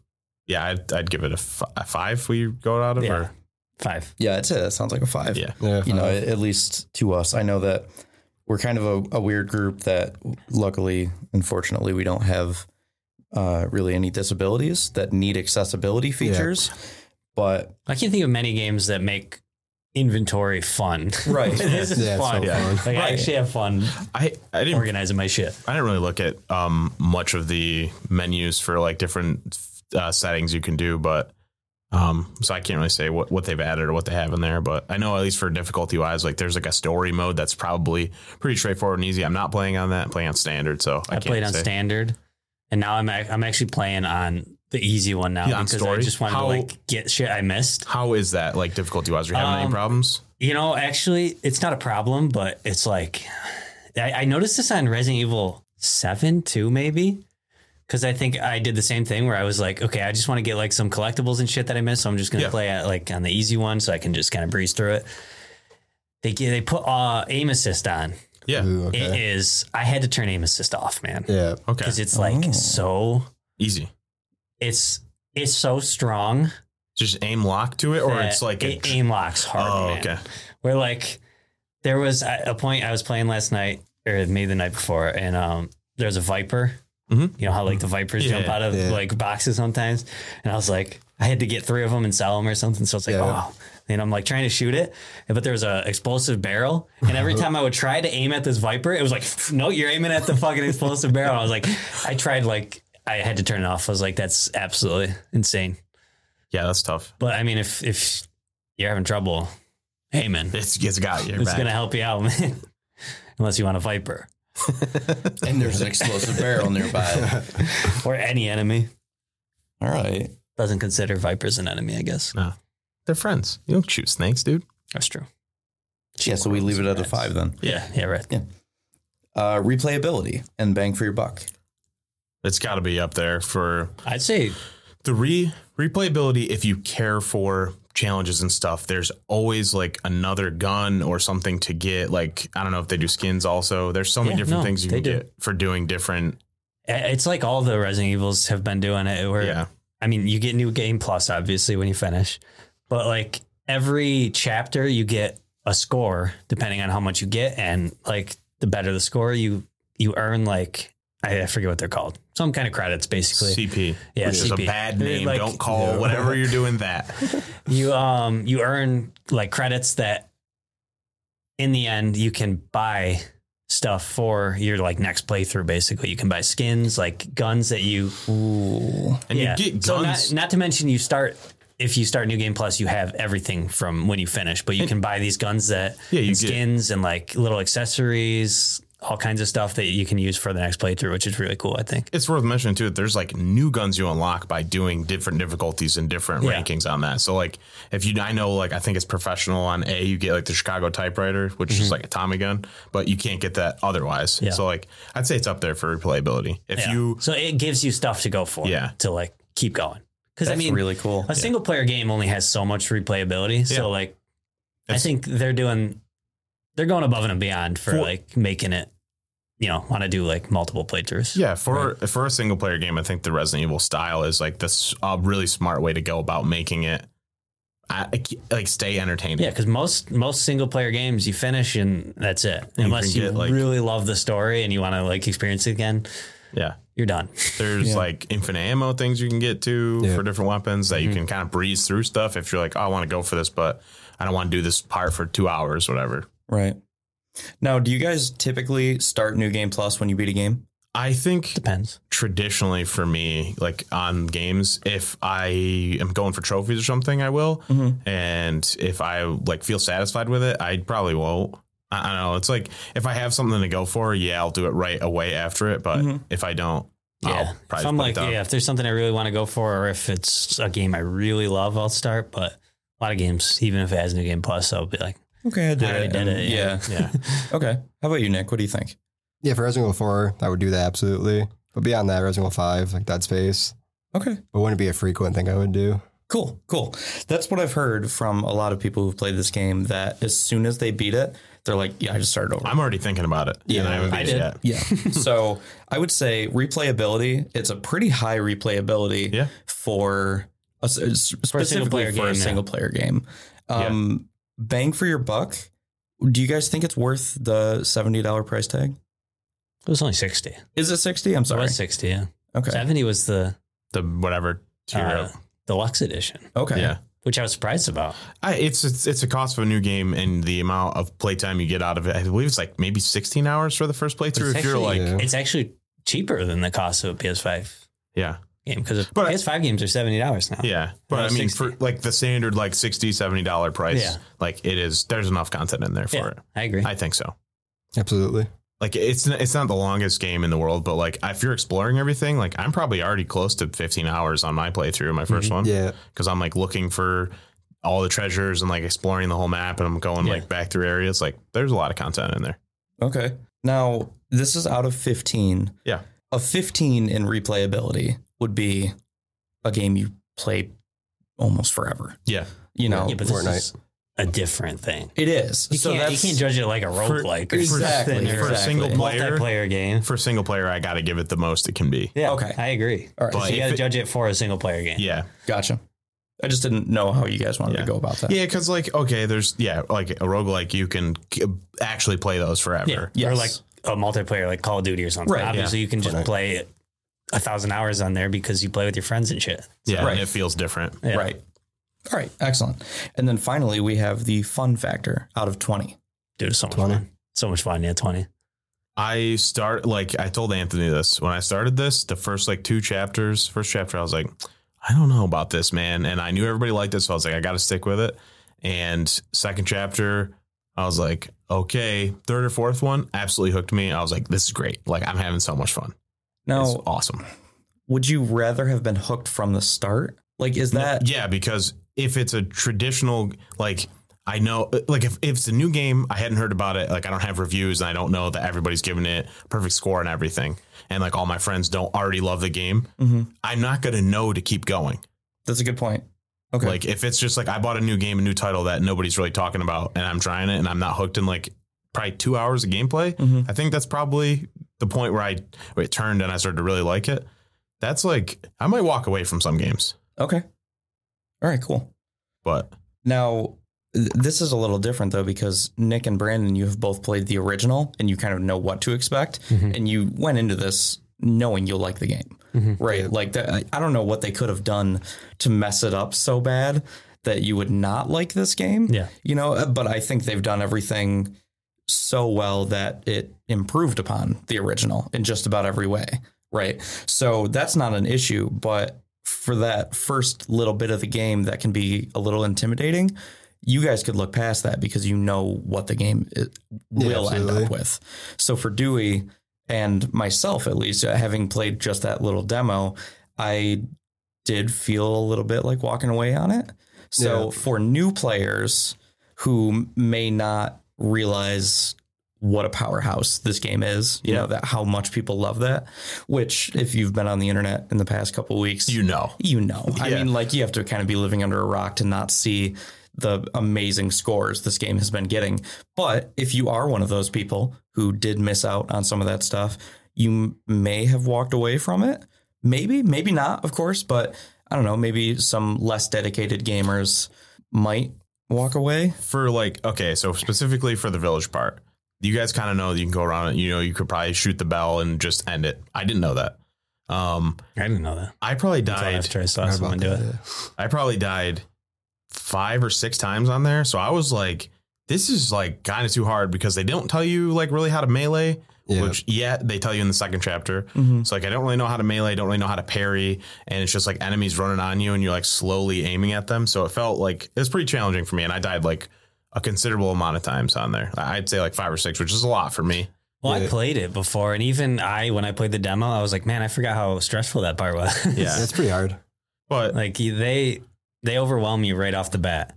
Speaker 1: Yeah, I'd, I'd give it a, f- a five. We go out of
Speaker 3: Yeah.
Speaker 1: or
Speaker 3: Five.
Speaker 2: Yeah, it's it. That sounds like a five.
Speaker 1: Yeah.
Speaker 4: Yeah,
Speaker 2: You know, at at least to us. I know that we're kind of a, a weird group that luckily, unfortunately, we don't have uh, really any disabilities that need accessibility features. But
Speaker 3: I can't think of many games that make inventory fun.
Speaker 2: Right.
Speaker 3: this is
Speaker 4: Yeah, it's
Speaker 3: fun.
Speaker 4: so Yeah. fun.
Speaker 3: Like I actually have fun
Speaker 1: I I didn't
Speaker 3: organizing my shit.
Speaker 1: I didn't really look at um, much of the menus for like different uh, settings you can do, but um, so I can't really say what, what they've added or what they have in there. But I know at least for difficulty wise, like there's like a story mode that's probably pretty straightforward and easy. I'm not playing on that; I'm playing on standard, so I,
Speaker 3: I,
Speaker 1: can't
Speaker 3: played on
Speaker 1: say.
Speaker 3: standard, and now I'm ac- I'm actually playing on the easy one now
Speaker 1: Yeah, on
Speaker 3: because I
Speaker 1: story?
Speaker 3: just wanted
Speaker 1: How-
Speaker 3: to like get shit I missed.
Speaker 1: How is that like difficulty wise? Are you having
Speaker 3: Um,
Speaker 1: any problems?
Speaker 3: You know, actually, it's not a problem, but it's like I, I noticed this on Resident Evil Seven too, maybe. Because I think I did the same thing where I was like, okay, I just want to get like some collectibles and shit that I missed, so I'm just gonna
Speaker 1: Yeah.
Speaker 3: play at like on the easy one, so I can just kind of breeze through it. They get, they put uh, aim assist on.
Speaker 1: Yeah.
Speaker 4: Ooh, okay.
Speaker 3: It is I had to turn aim assist off, man,
Speaker 4: yeah,
Speaker 1: Okay.
Speaker 3: because it's like
Speaker 2: Oh.
Speaker 3: so
Speaker 1: Easy.
Speaker 3: it's it's so strong
Speaker 1: Just aim lock to it, or
Speaker 3: that
Speaker 1: it's like a.
Speaker 3: it aim locks hard.
Speaker 1: oh,
Speaker 3: man.
Speaker 1: okay.
Speaker 3: Where like there was a a point I was playing last night or maybe the night before, and um, there was a viper.
Speaker 1: Mhm.
Speaker 3: You know how like the vipers
Speaker 1: Yeah,
Speaker 3: jump out of
Speaker 4: Mm-hmm. yeah.
Speaker 3: like boxes sometimes, and I was like, I had to get three of them and sell them or something. So it's like,
Speaker 4: Yeah.
Speaker 3: oh. And I'm like trying to shoot it, but there was a explosive barrel, and every time I would try to aim at this viper, it was like, no, you're aiming at the fucking explosive barrel. And I was like, I tried like I had to turn it off. I was like, that's absolutely insane.
Speaker 1: Yeah, that's tough.
Speaker 3: But I mean, if if you're having trouble, hey man,
Speaker 1: It's, it's got you.
Speaker 3: it's
Speaker 1: back.
Speaker 3: gonna help you out, man. Unless you want a viper
Speaker 2: and there's an explosive barrel nearby.
Speaker 3: or any enemy.
Speaker 2: All right.
Speaker 3: Doesn't consider vipers an enemy, I guess.
Speaker 1: They're friends. You don't shoot snakes, dude.
Speaker 3: That's true.
Speaker 2: Yeah, so we leave it at a five then.
Speaker 3: Yeah, yeah, right.
Speaker 2: Uh, replayability and bang for your buck.
Speaker 1: It's got to be up there for
Speaker 3: I'd say
Speaker 1: the re replayability if you care for challenges and stuff there's always like another gun or something to get like i don't know if they do skins also there's so many
Speaker 3: Yeah,
Speaker 1: different
Speaker 3: no,
Speaker 1: things you
Speaker 3: they
Speaker 1: can
Speaker 3: do.
Speaker 1: get for doing different
Speaker 3: eh, it's like all the Resident Evils have been doing it. Where
Speaker 1: yeah
Speaker 3: I mean, you get new game plus obviously when you finish, but like every chapter you get a score depending on how much you get, and like the better the score you you earn, like I I forget what they're called, some kind of credits basically.
Speaker 1: cp
Speaker 3: Yeah,
Speaker 1: which is a
Speaker 3: CP.
Speaker 1: bad
Speaker 3: They,
Speaker 1: name
Speaker 3: like-
Speaker 1: don't call whatever you're doing that
Speaker 3: you um you earn like credits that in the end you can buy stuff for your like next playthrough basically you can buy skins like guns that you
Speaker 2: Ooh.
Speaker 1: and
Speaker 3: yeah.
Speaker 1: you get
Speaker 3: so
Speaker 1: guns
Speaker 3: not, not to mention you start if you start new game plus you have everything from when you finish but you can buy these guns that
Speaker 1: Yeah, you
Speaker 3: and
Speaker 1: get-
Speaker 3: skins and like little accessories all kinds of stuff that you can use for the next playthrough which is really cool i think
Speaker 1: it's worth mentioning too that there's like new guns you unlock by doing different difficulties and different
Speaker 3: Yeah.
Speaker 1: rankings on that. So like if you I know like I think it's professional on A, you get like the Chicago typewriter, which is like a Tommy gun, but you can't get that otherwise.
Speaker 3: Mm-hmm. Yeah.
Speaker 1: So like I'd say it's up there for replayability. If
Speaker 3: Yeah.
Speaker 1: you
Speaker 3: so it gives you stuff to go for
Speaker 1: Yeah.
Speaker 3: to like keep going because i
Speaker 2: That's
Speaker 3: mean
Speaker 2: really cool.
Speaker 3: A single player game only has so much replayability. So
Speaker 1: Yeah.
Speaker 3: like I
Speaker 1: It's-
Speaker 3: think they're doing they're going above and beyond for,
Speaker 1: For-
Speaker 3: like making it you know, want to do like multiple playthroughs.
Speaker 1: yeah, for for a single player game, I think the Resident Evil style is like this a really smart way to go about making it I, I ca- like stay entertaining.
Speaker 3: Yeah, because most most single player games you finish and that's it.
Speaker 1: you
Speaker 3: Unless
Speaker 1: can
Speaker 3: you
Speaker 1: get, like-
Speaker 3: really love the story and you want to like experience it again,
Speaker 1: Yeah.
Speaker 3: you're done.
Speaker 1: There's
Speaker 2: Yeah.
Speaker 1: like infinite ammo things you can get to
Speaker 4: Yeah.
Speaker 1: for different weapons that you
Speaker 3: Mm-hmm.
Speaker 1: can kind of breeze through stuff if you're like, oh, I want to go for this, but I don't want to do this part for two hours, whatever.
Speaker 2: Right. Now, do you guys typically start New Game Plus when you beat a game?
Speaker 1: I think
Speaker 3: Depends.
Speaker 1: traditionally for me, like on games, if I am going for trophies or something, I will.
Speaker 2: Mhm.
Speaker 1: And if I like feel satisfied with it, I probably won't. I, I don't know. It's like if I have something to go for, yeah, I'll do it right away after it. But
Speaker 2: Mhm.
Speaker 1: if I don't,
Speaker 3: Mm-hmm. Yeah.
Speaker 1: I'll
Speaker 3: If
Speaker 1: Oh, probably
Speaker 3: I'm
Speaker 1: put it
Speaker 3: like,
Speaker 1: down.
Speaker 3: yeah, if there's something I really want to go for, or if it's a game I really love, I'll start. But a lot of games, even if it has New Game Plus, I'll be like,
Speaker 2: Okay, I did
Speaker 3: I already
Speaker 2: it.
Speaker 3: did
Speaker 1: um,
Speaker 2: and-
Speaker 3: it.
Speaker 2: Yeah.
Speaker 3: Yeah.
Speaker 2: Okay. How about you, Nick? What do you think?
Speaker 4: Yeah, for Resident Evil 4, I would do that absolutely. But beyond that, Resident Evil 5, like Dead Space,
Speaker 2: Okay.
Speaker 4: but wouldn't be a frequent thing I would do.
Speaker 2: Cool, cool. That's what I've heard from a lot of people who've played this game. That as soon as they beat it, they're like, "Yeah, I just started over."
Speaker 1: I'm already thinking about it.
Speaker 2: Yeah,
Speaker 1: and I haven't
Speaker 2: I
Speaker 1: beat
Speaker 3: did.
Speaker 1: it yet.
Speaker 2: yeah. so I would say replayability. It's a pretty high replayability
Speaker 1: Yeah.
Speaker 2: for a, s- specifically
Speaker 3: player
Speaker 2: for a
Speaker 3: game, yeah.
Speaker 2: single player game. Um, Bang for your buck. Do you guys think it's worth the seventy dollar price tag?
Speaker 3: It was only 60. It
Speaker 2: Is it sixty? I'm sorry.
Speaker 3: was 60, yeah.
Speaker 2: Okay.
Speaker 3: 70 was the
Speaker 1: The whatever tier
Speaker 3: uh,
Speaker 1: up.
Speaker 3: deluxe edition,
Speaker 2: Okay.
Speaker 1: Yeah.
Speaker 3: which I was surprised about.
Speaker 1: I, it's, it's it's a cost of a new game and the amount of playtime you get out of it. I believe it's like maybe 16 hours for the first playthrough.
Speaker 3: It's
Speaker 1: If you're like,
Speaker 3: actually-
Speaker 1: yeah.
Speaker 4: Yeah.
Speaker 3: It's actually cheaper than the cost of a PS5 game because
Speaker 1: But I-
Speaker 3: PS5 games are $70 now.
Speaker 1: Yeah. But
Speaker 3: No,
Speaker 1: I mean,
Speaker 3: 60.
Speaker 1: for like the standard, like 60, 70 dollar price,
Speaker 3: Yeah.
Speaker 1: like it is, there's enough content in there for
Speaker 3: Yeah,
Speaker 1: it.
Speaker 3: I agree.
Speaker 1: I think so.
Speaker 4: Absolutely.
Speaker 1: Like it's n- it's not the longest game in the world, but like if you're exploring everything, like I'm probably already close to 15 hours on my playthrough, my 1st
Speaker 3: Um,
Speaker 1: one,
Speaker 4: Yeah.
Speaker 1: because I'm like looking for all the treasures and like exploring the whole map, and I'm going
Speaker 3: Yeah.
Speaker 1: like back through areas. Like there's a lot of content in there.
Speaker 2: Okay. Now this is out of fifteen.
Speaker 1: Yeah.
Speaker 2: A fifteen in replayability would be a game you play almost forever.
Speaker 1: Yeah,
Speaker 2: You know,
Speaker 3: yeah, but this
Speaker 4: Fortnite.
Speaker 3: is a different thing.
Speaker 2: it is.
Speaker 3: You, can't, you can't judge it like a roguelike.
Speaker 1: for,
Speaker 3: or
Speaker 2: Exactly.
Speaker 1: for,
Speaker 3: something, or
Speaker 1: for a
Speaker 2: Exactly.
Speaker 1: single
Speaker 3: a
Speaker 1: player.
Speaker 3: multiplayer game.
Speaker 1: For single player, I got to give it the most it can be.
Speaker 3: Yeah,
Speaker 2: Okay.
Speaker 3: I agree.
Speaker 2: All right.
Speaker 1: But
Speaker 3: So you
Speaker 1: if
Speaker 3: got to
Speaker 1: it-
Speaker 3: judge it for a single player game.
Speaker 1: Yeah,
Speaker 2: Gotcha. I just didn't know how you guys wanted
Speaker 1: Yeah.
Speaker 2: to go about that.
Speaker 1: yeah, because like okay, there's yeah, like a roguelike, you can k- actually play those forever.
Speaker 3: Yeah.
Speaker 2: Yes.
Speaker 3: Or like a multiplayer, like Call of Duty or something.
Speaker 2: Right, yeah.
Speaker 3: Obviously, you can just
Speaker 4: Right.
Speaker 3: play it a thousand hours on there because you play with your friends and shit.
Speaker 1: Yeah,
Speaker 2: Right.
Speaker 1: and it feels different.
Speaker 3: Yeah.
Speaker 2: Right. All right. Excellent. And then finally, we have the fun factor out of 20.
Speaker 3: Dude, it's so much
Speaker 4: 20.
Speaker 3: fun. So much fun. Yeah, 20.
Speaker 1: I start like I told Anthony this when I started this. The first like two chapters, first chapter, I was like, I don't know about this, man. And I knew everybody liked it, so I was like, I got to stick with it. And second chapter, I was like, okay. Third or fourth one, absolutely hooked me. I was like, this is great. Like I'm having so much fun.
Speaker 2: Now,
Speaker 1: It's awesome.
Speaker 2: would you rather have been hooked from the start? Like, is that
Speaker 1: yeah, because if it's a traditional like. I know, like, if, if it's a new game, I hadn't heard about it. Like, I don't have reviews, and I don't know that everybody's giving it perfect score and everything. And like, all my friends don't already love the game.
Speaker 2: Mhm.
Speaker 1: I'm not going to know to keep going.
Speaker 2: that's a good point? Okay.
Speaker 1: Like if it's just like I bought a new game, a new title that nobody's really talking about, and I'm trying it, and I'm not hooked in like probably two hours of gameplay.
Speaker 2: Mhm.
Speaker 1: I think that's probably the point where I where it turned and I started to really like it. That's like I might walk away from some games,
Speaker 2: Okay. All right. Cool.
Speaker 1: but
Speaker 2: Now, th- this is a little different though because Nick and Brandon, you have both played the original and you kind of know what to expect,
Speaker 3: Mhm.
Speaker 2: and you went into this knowing you'll like the game,
Speaker 3: Mhm.
Speaker 2: right? Like that, I- I don't know what they could have done to mess it up so bad that you would not like this game.
Speaker 3: Yeah.
Speaker 2: you know. uh, But I think they've done everything so well that it improved upon the original in just about every way, right? So that's not an issue, but for that first little bit of the game that can be a little intimidating, you guys could look past that because you know what the game it will end
Speaker 4: absolutely.
Speaker 2: up with. So for Dewey and myself, at least, uh, having played just that little demo, I did feel a little bit like walking away on it. So
Speaker 4: Yeah.
Speaker 2: for new players who may not realize what a powerhouse this game is, you know that how much people love that. Which, if you've been on the internet in the past couple weeks,
Speaker 1: you know,
Speaker 2: you know. I
Speaker 1: Yeah.
Speaker 2: mean, like you have to kind of be living under a rock to not see the amazing scores this game has been getting. But if you are one of those people who did miss out on some of that stuff, you m- may have walked away from it. Maybe, maybe not, of course, but I don't know, maybe some less dedicated gamers might walk away.
Speaker 1: for like okay, so specifically for the village part, you guys kind of know that you can go around it. You know, you could probably shoot the bell and just end it. I didn't know that. Um,
Speaker 3: I didn't know that.
Speaker 1: I probably
Speaker 3: Until
Speaker 1: died
Speaker 3: after I saw
Speaker 4: Forgot
Speaker 3: someone
Speaker 4: about
Speaker 3: do
Speaker 4: that,
Speaker 3: it.
Speaker 4: yeah.
Speaker 1: I probably died five or six times on there. So I was like, this is like kind of too hard because they don't tell you like really how to melee
Speaker 4: Yeah.
Speaker 1: which yeah, they tell you in the second chapter.
Speaker 2: Mhm.
Speaker 1: It's like I don't really know how to melee, I don't really know how to parry, and it's just like enemies running on you and you're like slowly aiming at them. So it felt like it was pretty challenging for me, and I died like a considerable amount of times on there. I- I'd say like five or six, which is a lot for me.
Speaker 3: Well, I
Speaker 4: Yeah.
Speaker 3: played it before, and even I, when I played the demo, I was like, man, I forgot how stressful that part was.
Speaker 1: Yeah.
Speaker 4: That's pretty hard.
Speaker 1: But
Speaker 3: like they they overwhelm you right off the bat.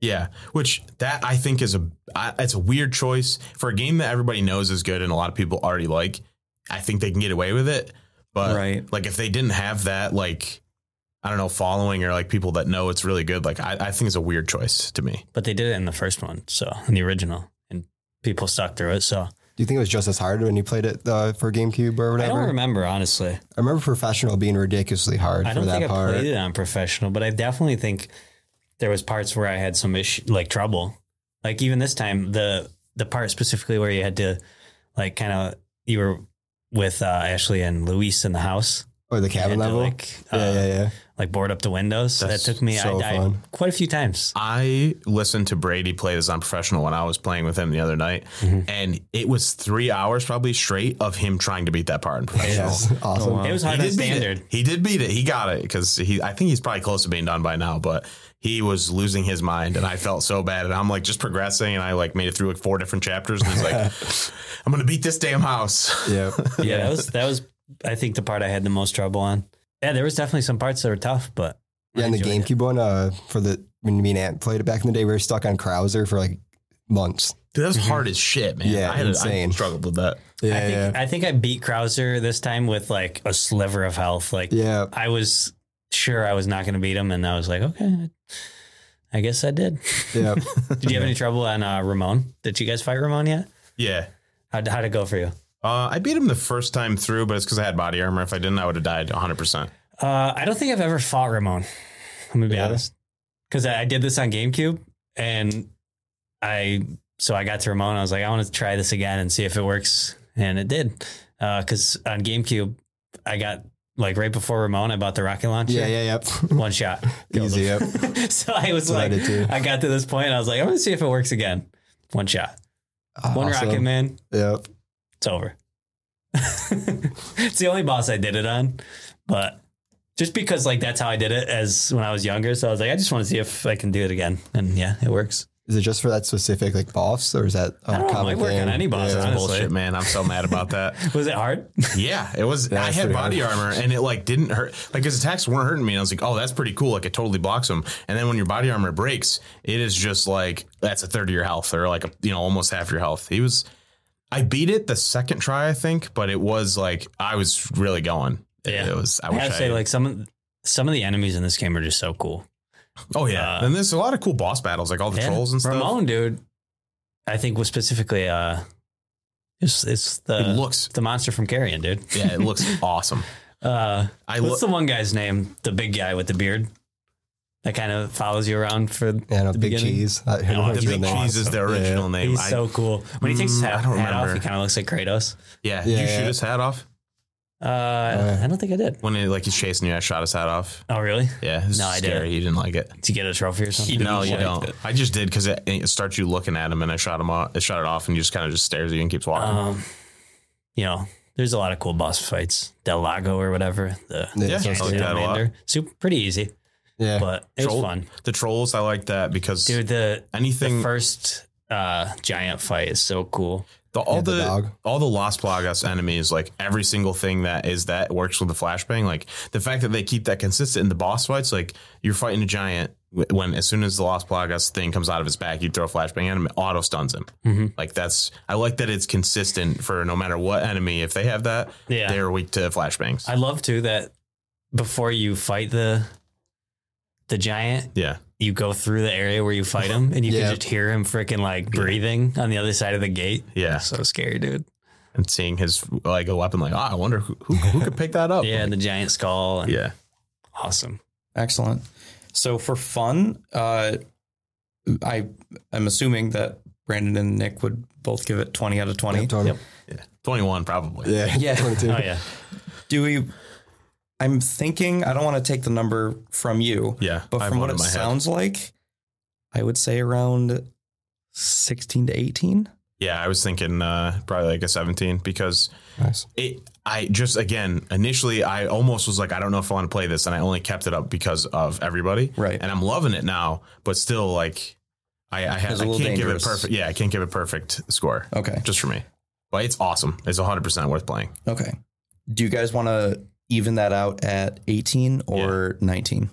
Speaker 1: Yeah, which that I think is a I, it's a weird choice for a game that everybody knows is good and a lot of people already like. I think they can get away with it, but
Speaker 3: right.
Speaker 1: like if they didn't have that, like I don't know, following or like people that know it's really good, like I, I think it's a weird choice to me.
Speaker 3: But they did it in the first one, so in the original, and people stuck through it. So
Speaker 4: Do you think it was just as hard when you played it uh, for GameCube or
Speaker 3: I
Speaker 4: whatever?
Speaker 3: don't remember honestly.
Speaker 4: I remember Professional being ridiculously hard
Speaker 3: I
Speaker 4: for
Speaker 3: don't
Speaker 4: that
Speaker 3: think
Speaker 4: part.
Speaker 3: I played it on professional, but I definitely think there was parts where I had some issue, like trouble. Like even this time, the the part specifically where you had to, like, kind of you were with uh, Ashley and Luis in the house.
Speaker 4: Or the
Speaker 3: You
Speaker 4: cabin
Speaker 3: had to,
Speaker 4: level.
Speaker 3: like, uh,
Speaker 4: yeah, yeah, yeah.
Speaker 3: like board up the windows.
Speaker 1: That's
Speaker 3: that took me.
Speaker 4: so
Speaker 3: I died
Speaker 4: fun.
Speaker 3: quite a few times.
Speaker 1: I listened to Brady play this on professional when I was playing with him the other night,
Speaker 4: Mm-hmm.
Speaker 3: Mhm.
Speaker 1: and it was three hours probably straight of him trying to beat that part in professional.
Speaker 4: Yes. Awesome.
Speaker 2: Oh, wow.
Speaker 3: It was
Speaker 1: He
Speaker 3: hard on
Speaker 1: did beat
Speaker 3: standard.
Speaker 1: it. He did beat it. He got it because he. I think he's probably close to being done by now, but he was losing his mind, and I felt so bad. And I'm like just progressing, and I like made it through like four different chapters, and he's like, "I'm gonna beat this damn house."
Speaker 4: Yep.
Speaker 3: Yeah, that was that was I think the part I had the most trouble on. Yeah, there was definitely some parts that were tough, but
Speaker 4: Yeah, and the
Speaker 3: enjoyed
Speaker 4: GameCube one, uh, for the when me and Ant played it back in the day, we were stuck on Krauser for like months.
Speaker 1: Dude, that was hard as shit, man.
Speaker 4: Mm-hmm. Yeah,
Speaker 1: I had
Speaker 4: insane.
Speaker 1: I struggled with that.
Speaker 4: Yeah,
Speaker 3: I think I think I beat Krauser this time with like a sliver of health. Like
Speaker 4: yeah.
Speaker 3: I was sure I was not going to beat him, and I was like, okay, I guess I did.
Speaker 4: Yeah,
Speaker 3: Did you have any trouble on uh, Ramon? Did you guys fight Ramon yet?
Speaker 1: Yeah.
Speaker 3: How'd, how'd it go for you?
Speaker 1: Uh, I beat him the first time through, but it's because I had body armor. If I didn't, I would have died 100%.
Speaker 3: Uh, I don't think I've ever fought Ramon. I'm gonna be
Speaker 4: Yeah.
Speaker 3: honest, because I, I did this on GameCube, and I so I got to Ramon. I was like, I want to try this again and see if it works, and it did. Because on GameCube, I got like right before Ramon, I bought the rocket launcher.
Speaker 4: yeah, yeah, yep.
Speaker 3: One shot, killed
Speaker 4: Easy,
Speaker 3: him. so I was
Speaker 4: That's what I
Speaker 3: like,
Speaker 4: did too.
Speaker 3: I, got to this point, and I was like, I'm gonna see if it works again. One shot, one
Speaker 4: Awesome.
Speaker 3: rocket man,
Speaker 4: Yep.
Speaker 3: it's over. it's the only boss I did it on, but just because like that's how I did it as when I was younger, so I was like, I just want to see if I can do it again, and yeah, it works.
Speaker 4: Is it just for that specific like boss, or is that a
Speaker 3: I don't know, it
Speaker 4: common
Speaker 3: might work
Speaker 4: thing?
Speaker 3: on any boss,
Speaker 4: Yeah.
Speaker 3: Honestly.
Speaker 1: Bullshit, man. I'm so mad about that.
Speaker 3: Was it hard?
Speaker 1: Yeah, it was.
Speaker 4: Yeah,
Speaker 1: I
Speaker 4: it's
Speaker 1: had
Speaker 4: pretty
Speaker 1: body armor, and it like didn't hurt. Like his attacks weren't hurting me, and I was like, "Oh, that's pretty cool." Like it totally blocks him. And then when your body armor breaks, it is just like that's a third of your health, or like a, you know almost half your health. He was. I beat it the second try, I think, but it was like I was really going.
Speaker 3: Yeah.
Speaker 1: it was. I,
Speaker 3: I,
Speaker 1: wish
Speaker 3: have to
Speaker 1: I-
Speaker 3: say, like some of- some of the enemies in this game are just so cool.
Speaker 1: oh yeah,
Speaker 3: uh,
Speaker 1: and there's a lot of cool boss battles, like all the
Speaker 3: Yeah.
Speaker 1: trolls and stuff.
Speaker 3: Ramon, dude, I think was specifically uh, it's it's
Speaker 1: it
Speaker 3: the
Speaker 1: looks.
Speaker 3: the monster from Carrion, dude.
Speaker 1: Yeah, it looks awesome.
Speaker 3: Uh,
Speaker 1: I
Speaker 3: what's
Speaker 1: look.
Speaker 3: the one guy's name? The big guy with the beard that kind of follows you around for
Speaker 4: Yeah, no,
Speaker 3: The
Speaker 4: big
Speaker 3: beginning?
Speaker 4: cheese. Uh, I, I
Speaker 3: No,
Speaker 4: don't
Speaker 1: The
Speaker 3: it's
Speaker 4: know
Speaker 1: big
Speaker 4: his name.
Speaker 1: cheese is the original name.
Speaker 3: He's
Speaker 1: I-
Speaker 3: so cool. When he takes his
Speaker 1: Mm,
Speaker 3: hat,
Speaker 1: I don't
Speaker 3: hat off,
Speaker 1: remember.
Speaker 3: he kind of looks like Kratos.
Speaker 1: yeah,
Speaker 4: Yeah,
Speaker 1: you shoot
Speaker 4: yeah.
Speaker 1: his hat off
Speaker 3: Uh, I don't think I did.
Speaker 1: when it, like he's chasing you. I shot his hat off.
Speaker 3: Oh, really?
Speaker 1: Yeah, it's
Speaker 3: No, I
Speaker 1: scary.
Speaker 3: didn't.
Speaker 1: He didn't like it.
Speaker 3: Did you get a trophy or something?
Speaker 1: No, you don't. I just did because it, it starts you looking at him, and I shot him off. It shot it off, and he just kind of just stares at you and keeps walking.
Speaker 3: Um, you know, there's a lot of cool boss fights. Del Lago or whatever. The
Speaker 4: Yeah,
Speaker 1: Yeah.
Speaker 4: so it's
Speaker 1: I
Speaker 4: like-
Speaker 1: like that a lot.
Speaker 3: Salamander. Super, pretty easy,
Speaker 4: yeah.
Speaker 3: but it was
Speaker 1: Troll-
Speaker 3: fun.
Speaker 1: the trolls, I like that because
Speaker 3: Dude, the, the
Speaker 1: anything,
Speaker 3: first uh, giant fight is so cool.
Speaker 1: the, all
Speaker 4: Yeah, the
Speaker 1: the,
Speaker 4: dog.
Speaker 1: all the Las Plagas enemies, like every single thing that is that works with the flashbang. Like the fact that they keep that consistent in the boss fights, like you're fighting a giant. wh- When as soon as the Las Plagas thing comes out of his back, you throw a flashbang at him, it auto stuns him.
Speaker 3: Mhm.
Speaker 1: Like that's I like that it's consistent for no matter what enemy. If they have that,
Speaker 3: Yeah.
Speaker 1: they're weak to flashbangs.
Speaker 3: I love too that before you fight the the giant,
Speaker 1: yeah,
Speaker 3: you go through the area where you fight him and you
Speaker 4: Yeah.
Speaker 3: can just hear him freaking like breathing on the other side of the gate.
Speaker 1: yeah.
Speaker 3: So scary, dude.
Speaker 1: and seeing his like a weapon, like, oh, I wonder who, who, who could pick
Speaker 4: Oh,
Speaker 1: that up.
Speaker 3: Yeah, and the giant skull. And
Speaker 1: Yeah.
Speaker 3: Awesome.
Speaker 2: Excellent. So for fun, uh, I am assuming that Brandon and Nick would both give it 20 out of 20.
Speaker 4: Yep, totally.
Speaker 3: Yep.
Speaker 1: 21, probably.
Speaker 4: Yeah.
Speaker 2: Yeah.
Speaker 4: 22.
Speaker 3: Oh, yeah.
Speaker 2: Do we? I'm thinking. I don't want to take the number from you,
Speaker 1: Yeah.
Speaker 2: but
Speaker 1: I have
Speaker 2: from
Speaker 1: one
Speaker 2: what
Speaker 1: in
Speaker 2: it
Speaker 1: my head.
Speaker 2: sounds like, I would say around 16 to 18.
Speaker 1: Yeah, I was thinking uh, probably like a 17 because
Speaker 4: Nice.
Speaker 1: it I just again initially I almost was like I don't know if I want to play this and I only kept it up because of everybody
Speaker 2: Right.
Speaker 1: and I'm loving it now but still like I I, ha- I
Speaker 2: It's a
Speaker 1: can't
Speaker 2: little
Speaker 1: give it
Speaker 2: dangerous.
Speaker 1: perfect yeah I can't give it perfect score
Speaker 2: Okay.
Speaker 1: just for me but it's awesome it's 100 percent worth playing
Speaker 2: Okay. Do you guys want to even that out at 18 or 19?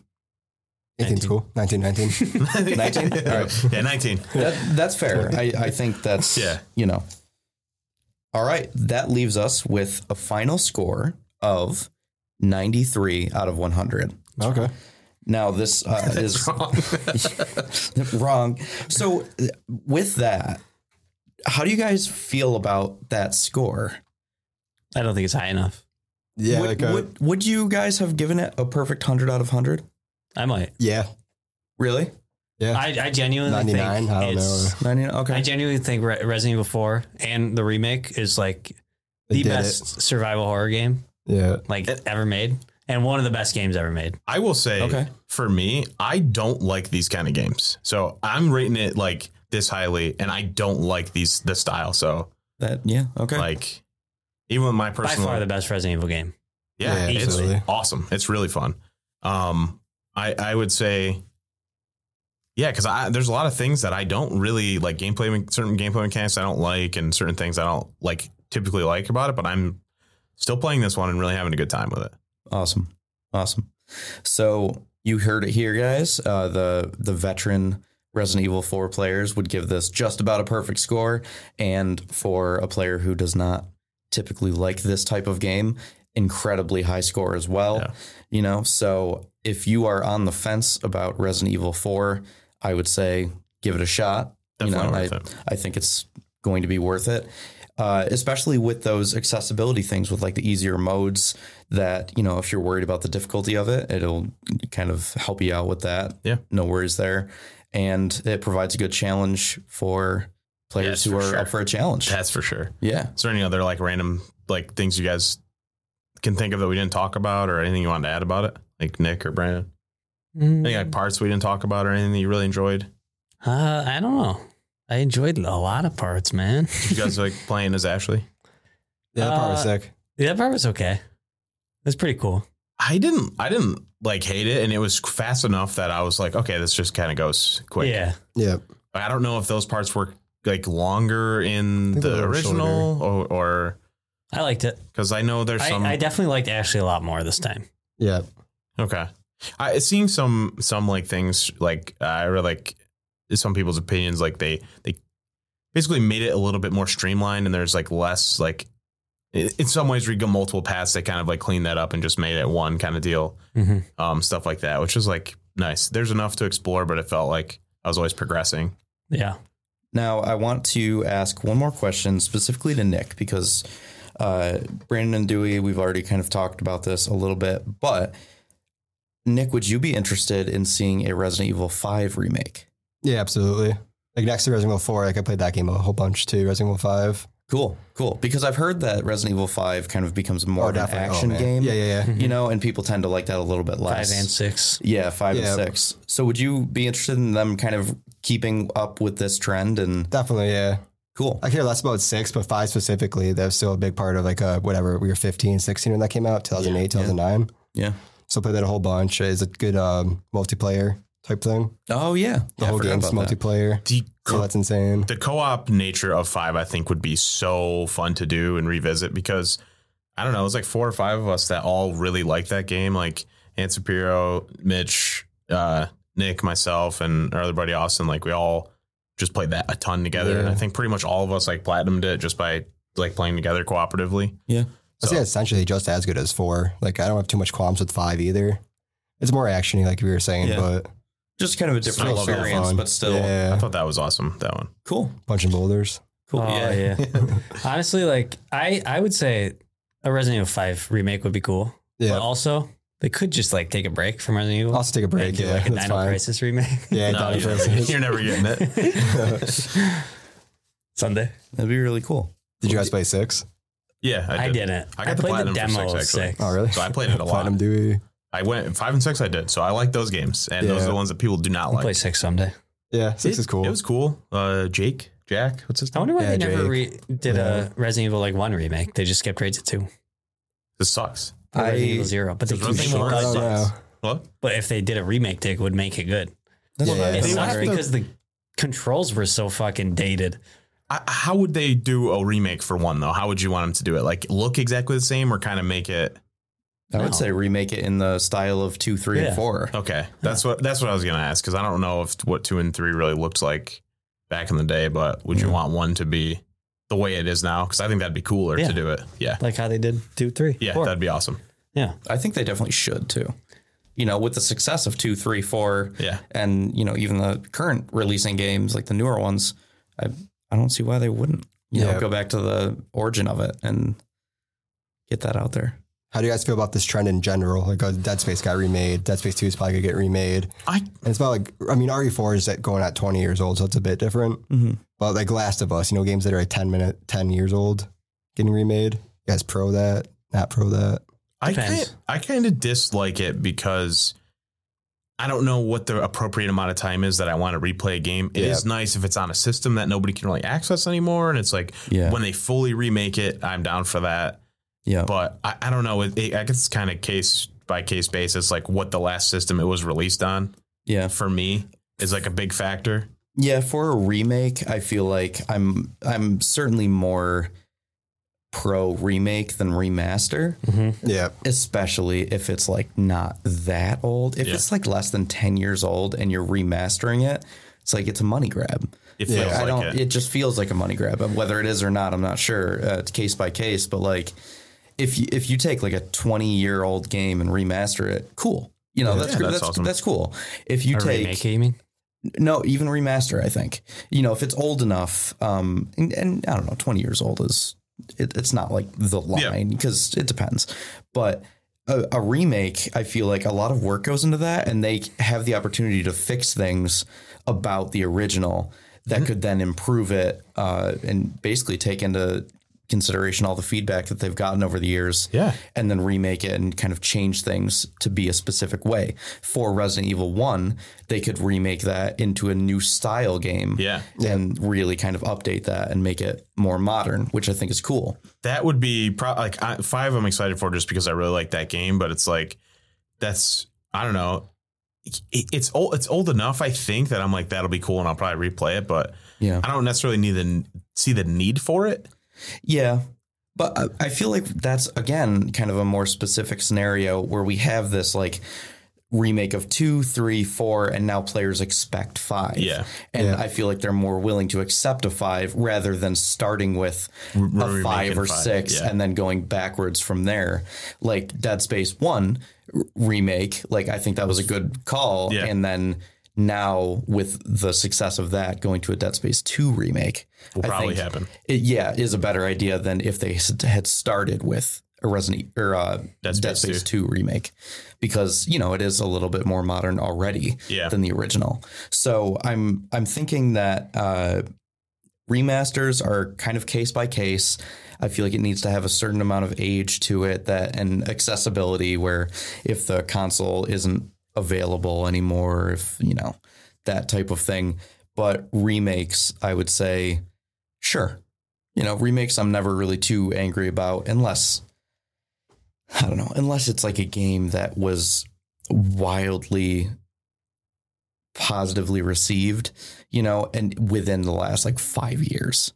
Speaker 4: 18's cool. 19, 19.
Speaker 1: 19
Speaker 2: All right.
Speaker 1: yeah 19
Speaker 2: That, that's fair. I, I think that's,
Speaker 1: Yeah.
Speaker 2: you know. All right. That leaves us with a final score of 93 out of 100.
Speaker 4: okay.
Speaker 2: Now, this uh, is wrong. So, uh, with that, how do you guys feel about that score?
Speaker 3: I don't think it's high enough.
Speaker 4: Yeah,
Speaker 2: would,
Speaker 4: like uh, a,
Speaker 2: would, would you guys have given it a perfect 100 out of 100?
Speaker 3: I might.
Speaker 4: yeah,
Speaker 2: Really?
Speaker 4: yeah.
Speaker 3: I, I genuinely
Speaker 4: 99,
Speaker 3: think
Speaker 4: I don't
Speaker 3: it's-
Speaker 2: 90, okay.
Speaker 3: I genuinely think Re- Resident Evil 4 and the remake is like
Speaker 4: They
Speaker 3: the
Speaker 4: did
Speaker 3: best survival horror game
Speaker 4: yeah.
Speaker 3: like ever made, and one of the best games ever made.
Speaker 1: I will say
Speaker 2: Okay.
Speaker 1: for me I don't like these kind of games so I'm rating it like this highly and I don't like these the style so
Speaker 2: that, yeah. Okay.
Speaker 1: like even with my
Speaker 3: By
Speaker 1: personal
Speaker 3: far the best Resident Evil game.
Speaker 1: Yeah,
Speaker 4: Yeah,
Speaker 1: it's
Speaker 4: absolutely.
Speaker 1: awesome. It's really fun. Um, I I would say, yeah, because I there's a lot of things that I don't really like gameplay, me- certain gameplay mechanics I don't like, and certain things I don't like typically like about it. But I'm still playing this one and really having a good time with it.
Speaker 2: Awesome. Awesome. So you heard it here, guys. Uh, the the veteran Resident Evil 4 players would give this just about a perfect score. And for a player who does not typically like this type of game, incredibly high score as well.
Speaker 1: Yeah.
Speaker 2: You know, so if you are on the fence about Resident Evil 4, I would say give it a shot.
Speaker 1: Definitely
Speaker 2: you
Speaker 1: worth
Speaker 2: know, I,
Speaker 1: it.
Speaker 2: I think it's going to be worth it. Uh, especially with those accessibility things with like the easier modes that, you know, if you're worried about the difficulty of it, it'll kind of help you out with that.
Speaker 1: Yeah.
Speaker 2: No worries there. And it provides a good challenge for players
Speaker 1: Yes,
Speaker 2: who
Speaker 1: for
Speaker 2: are
Speaker 1: sure.
Speaker 2: up for a challenge.
Speaker 1: That's for sure.
Speaker 2: Yeah.
Speaker 1: Is there any other like random like things you guys can think of that we didn't talk about, or anything you wanted to add about it, like Nick or Brandon? Any
Speaker 3: Mm.
Speaker 1: like parts we didn't talk about, or anything you really enjoyed?
Speaker 3: Uh, I don't know. I enjoyed a lot of parts, man.
Speaker 1: Did you guys like playing as Ashley?
Speaker 4: Yeah, that part was
Speaker 3: Uh,
Speaker 4: sick.
Speaker 3: Yeah, that part was okay. That's pretty cool.
Speaker 1: I didn't I didn't like hate it and it was fast enough that I was like, okay, this just kind of goes quick.
Speaker 3: Yeah,
Speaker 4: Yeah.
Speaker 1: I don't know if those parts were like longer in
Speaker 4: think they
Speaker 1: the
Speaker 4: were
Speaker 1: original or
Speaker 3: I liked it.
Speaker 1: because I know there's
Speaker 3: I,
Speaker 1: some
Speaker 3: I definitely liked Ashley a lot more this time.
Speaker 4: Yeah.
Speaker 1: Okay. I seeing some some like things like I really like some people's opinions like they they basically made it a little bit more streamlined and there's like less like i- in some ways we go multiple paths they kind of like cleaned that up and just made it one kind of deal
Speaker 3: Mhm.
Speaker 1: um stuff like that which is like nice there's enough to explore but it felt like I was always progressing
Speaker 3: Yeah,
Speaker 2: Now, I want to ask one more question specifically to Nick because uh, Brandon and Dewey, we've already kind of talked about this a little bit, but Nick, would you be interested in seeing a Resident Evil 5 remake?
Speaker 4: Yeah, absolutely. Like next to Resident Evil 4, like I played that game a whole bunch too. Resident Evil 5.
Speaker 2: Cool, cool. Because I've heard that Resident Evil 5 kind of becomes more of an
Speaker 4: Oh,
Speaker 2: action
Speaker 4: man.
Speaker 2: game,
Speaker 4: Yeah, Mm-hmm. yeah, yeah.
Speaker 2: you know, and people tend to like that a little bit less.
Speaker 3: five and six.
Speaker 2: Yeah, 5
Speaker 4: Yeah.
Speaker 2: and 6. So would you be interested in them kind of keeping up with this trend and
Speaker 4: Definitely, yeah.
Speaker 2: cool.
Speaker 4: I care less about six, but five specifically, that was still a big part of like uh, whatever we were 15, 16 when that came out, 2008, 2009.
Speaker 2: Yeah.
Speaker 4: So I played that a whole bunch. It's a good um, multiplayer type thing.
Speaker 2: Oh yeah.
Speaker 4: The
Speaker 2: Yeah, I
Speaker 4: whole
Speaker 2: forgot
Speaker 4: game's
Speaker 2: about that.
Speaker 4: multiplayer.
Speaker 1: the
Speaker 4: So that's insane.
Speaker 1: the co-op nature of five I think would be so fun to do and revisit because I don't know it was like four or five of us that all really liked that game like Aunt Sapiro, Mitch, uh, Nick, myself, and our other buddy Austin like we all just played that a ton together and
Speaker 4: Yeah.
Speaker 1: I think pretty much all of us like platinumed it just by like playing together cooperatively.
Speaker 4: I say essentially just as good as four. Like I don't have too much qualms with five either. It's more actiony, like we were saying,
Speaker 2: Yeah.
Speaker 4: but
Speaker 2: Just kind of a
Speaker 1: Still
Speaker 2: different
Speaker 1: love that
Speaker 2: experience,
Speaker 4: fun.
Speaker 2: but still
Speaker 1: I
Speaker 4: yeah,
Speaker 1: thought that was awesome that one.
Speaker 2: cool.
Speaker 4: punching boulders.
Speaker 2: Cool.
Speaker 3: Oh,
Speaker 2: yeah.
Speaker 3: yeah. Honestly, like I, I would say a Resident Evil Five remake would be cool.
Speaker 4: Yeah,
Speaker 3: But also, they could just like take a break from Resident Evil.
Speaker 4: also take a
Speaker 3: and
Speaker 4: break.
Speaker 3: do,
Speaker 4: Yeah,
Speaker 3: like a
Speaker 4: that's
Speaker 3: Dino
Speaker 4: fine.
Speaker 3: Crisis remake.
Speaker 4: Yeah,
Speaker 1: No,
Speaker 4: Dino
Speaker 1: you're, never,
Speaker 4: Crisis.
Speaker 1: you're never getting it.
Speaker 3: Sunday.
Speaker 2: That'd be really cool.
Speaker 4: Did you guys play six?
Speaker 1: Yeah, I,
Speaker 3: I,
Speaker 1: did.
Speaker 3: didn't.
Speaker 1: I
Speaker 3: I,
Speaker 1: got the
Speaker 3: played
Speaker 1: platinum
Speaker 3: the
Speaker 1: for
Speaker 3: demo
Speaker 1: six,
Speaker 3: of
Speaker 1: actually.
Speaker 3: six.
Speaker 4: Oh, really?
Speaker 1: So I played it a lot.
Speaker 4: Platinum Dewey.
Speaker 1: I went five and six. I did. So I like those games, and those
Speaker 4: Yeah.
Speaker 1: are the ones that people do not
Speaker 3: I'll
Speaker 1: like.
Speaker 3: play six someday.
Speaker 4: Yeah, six
Speaker 1: It-
Speaker 4: is cool.
Speaker 1: It was cool. Uh, Jake, Jack, what's his name?
Speaker 3: I wonder why they
Speaker 4: Yeah,
Speaker 3: never re-
Speaker 4: Drake.
Speaker 3: did a Resident Evil like one remake. They just kept right to two.
Speaker 1: This sucks.
Speaker 3: Or
Speaker 2: I-
Speaker 3: Resident Evil Zero. But they
Speaker 1: It's too
Speaker 3: keep
Speaker 1: short.
Speaker 4: I don't
Speaker 1: Sucks.
Speaker 4: know.
Speaker 1: What?
Speaker 3: But if they did a remake, they would make it good.
Speaker 2: That's
Speaker 4: Yeah.
Speaker 2: what I
Speaker 3: It
Speaker 4: They would
Speaker 2: thought.
Speaker 3: sucks
Speaker 4: have to-
Speaker 3: because the controls were so fucking dated.
Speaker 1: I, how would they do a remake for one though? How would you want them to do it? Like look exactly the same or kind of make it
Speaker 2: I would say remake it in the style of two, three,
Speaker 3: Yeah.
Speaker 2: and four.
Speaker 1: okay? That's what that's what I was gonna ask because I don't know if what two and three really looked like back in the day. But would you
Speaker 2: Yeah.
Speaker 1: want one to be the way it is now? Because I think that'd be cooler
Speaker 3: Yeah.
Speaker 1: to do it. Yeah,
Speaker 3: Like how they did two, three.
Speaker 1: yeah,
Speaker 3: four.
Speaker 1: that'd be awesome.
Speaker 3: yeah.
Speaker 2: I think they definitely should too. You know, with the success of two, three, four,
Speaker 1: Yeah.
Speaker 2: and you know even the current releasing games like the newer ones, I I don't see why they wouldn't. You
Speaker 4: Yeah.
Speaker 2: know, go back to the origin of it and get that out there.
Speaker 4: How do you guys feel about this trend in general? Like uh, Dead Space got remade. Dead Space 2 is probably going to get remade. And
Speaker 1: I
Speaker 4: it's about like, I mean, RE4 is at going at 20 years old, so it's a bit different.
Speaker 2: Mhm.
Speaker 4: But like Last of Us, you know, games that are like 10 minute, 10 years old getting remade. You guys pro that? Not pro that?
Speaker 1: I
Speaker 3: Depends.
Speaker 1: kind I kind of dislike it because I don't know what the appropriate amount of time is that I want to replay a game. It is
Speaker 4: Yeah.
Speaker 1: nice if it's on a system that nobody can really access anymore, and it's like
Speaker 2: Yeah,
Speaker 1: when they fully remake it, I'm down for that.
Speaker 2: yeah,
Speaker 1: But I, I don't know. It, it, I guess it's kind of case by case basis, like what the last system it was released on
Speaker 2: yeah,
Speaker 1: for me is like a big factor.
Speaker 2: yeah. For a remake, I feel like I'm I'm certainly more pro remake than remaster.
Speaker 4: Yeah.
Speaker 1: Mm-hmm.
Speaker 2: especially if it's like not that old. If
Speaker 1: Yeah.
Speaker 2: it's like less than 10 years old and you're remastering it, it's like it's a money grab.
Speaker 1: It
Speaker 4: Yeah,
Speaker 1: feels
Speaker 2: I
Speaker 1: like
Speaker 2: don't
Speaker 1: it.
Speaker 2: it. just feels like a money grab. And Whether it is or not, I'm not sure. Uh, it's case by case, but like if you, if you take like a 20 year old game and remaster it, cool. You know, that's
Speaker 1: Yeah,
Speaker 2: gr-
Speaker 1: that's
Speaker 2: that's that's,
Speaker 1: awesome.
Speaker 2: cool. If you
Speaker 3: A
Speaker 2: take
Speaker 3: remake, you mean?
Speaker 2: no, even remaster, I think. You know, if it's old enough, um, and, and I don't know, 20 years old is, it, it's not like the
Speaker 1: Yeah.
Speaker 2: line because it depends. But a, a remake, I feel like a lot of work goes into that and they have the opportunity to fix things about the original
Speaker 1: Mm-hmm.
Speaker 2: that could then improve it uh, and basically take into consideration all the feedback that they've gotten over the years
Speaker 1: Yeah.
Speaker 2: and then remake it and kind of change things to be a specific way. For Resident Evil 1, they could remake that into a new style game.
Speaker 1: Yeah.
Speaker 2: And really kind of update that and make it more modern, which I think is cool.
Speaker 1: that would be pro- like I, five. I'm excited for just because I really like that game, but it's like that's I don't know. It- It's old. It's old enough, I think, that I'm like that'll be cool, and I'll probably replay it. But
Speaker 2: Yeah.
Speaker 1: I don't necessarily need the see the need for it.
Speaker 2: Yeah. But I- I feel like that's, again, kind of a more specific scenario where we have this like remake of two, three, four, and now players expect five.
Speaker 1: Yeah.
Speaker 2: And
Speaker 4: Yeah.
Speaker 2: I feel like they're more willing to accept a five rather than starting with a
Speaker 1: remaking
Speaker 2: five or
Speaker 1: five,
Speaker 2: six
Speaker 1: yeah.
Speaker 2: and then going backwards from there. Like Dead Space 1 r- remake, like I think that was a good call.
Speaker 1: Yeah.
Speaker 2: And then now with the success of that going to a Dead Space 2 remake
Speaker 1: Will
Speaker 2: I
Speaker 1: probably
Speaker 2: think
Speaker 1: happen.
Speaker 2: it, yeah, is a better idea than if they s- had started with a Resident or uh,
Speaker 1: Dead
Speaker 2: Dead
Speaker 1: Space
Speaker 2: Space, 2. remake because you know it is a little bit more modern already
Speaker 1: Yeah.
Speaker 2: than the original. So I'm I'm thinking that uh, remasters are kind of case by case. I feel like it needs to have a certain amount of age to it that and accessibility where if the console isn't available anymore, if you know that type of thing. But remakes, I would say, sure. You know, remakes I'm never really too angry about unless I don't know, unless it's like a game that was wildly positively received, you know, and within the last like 5 years.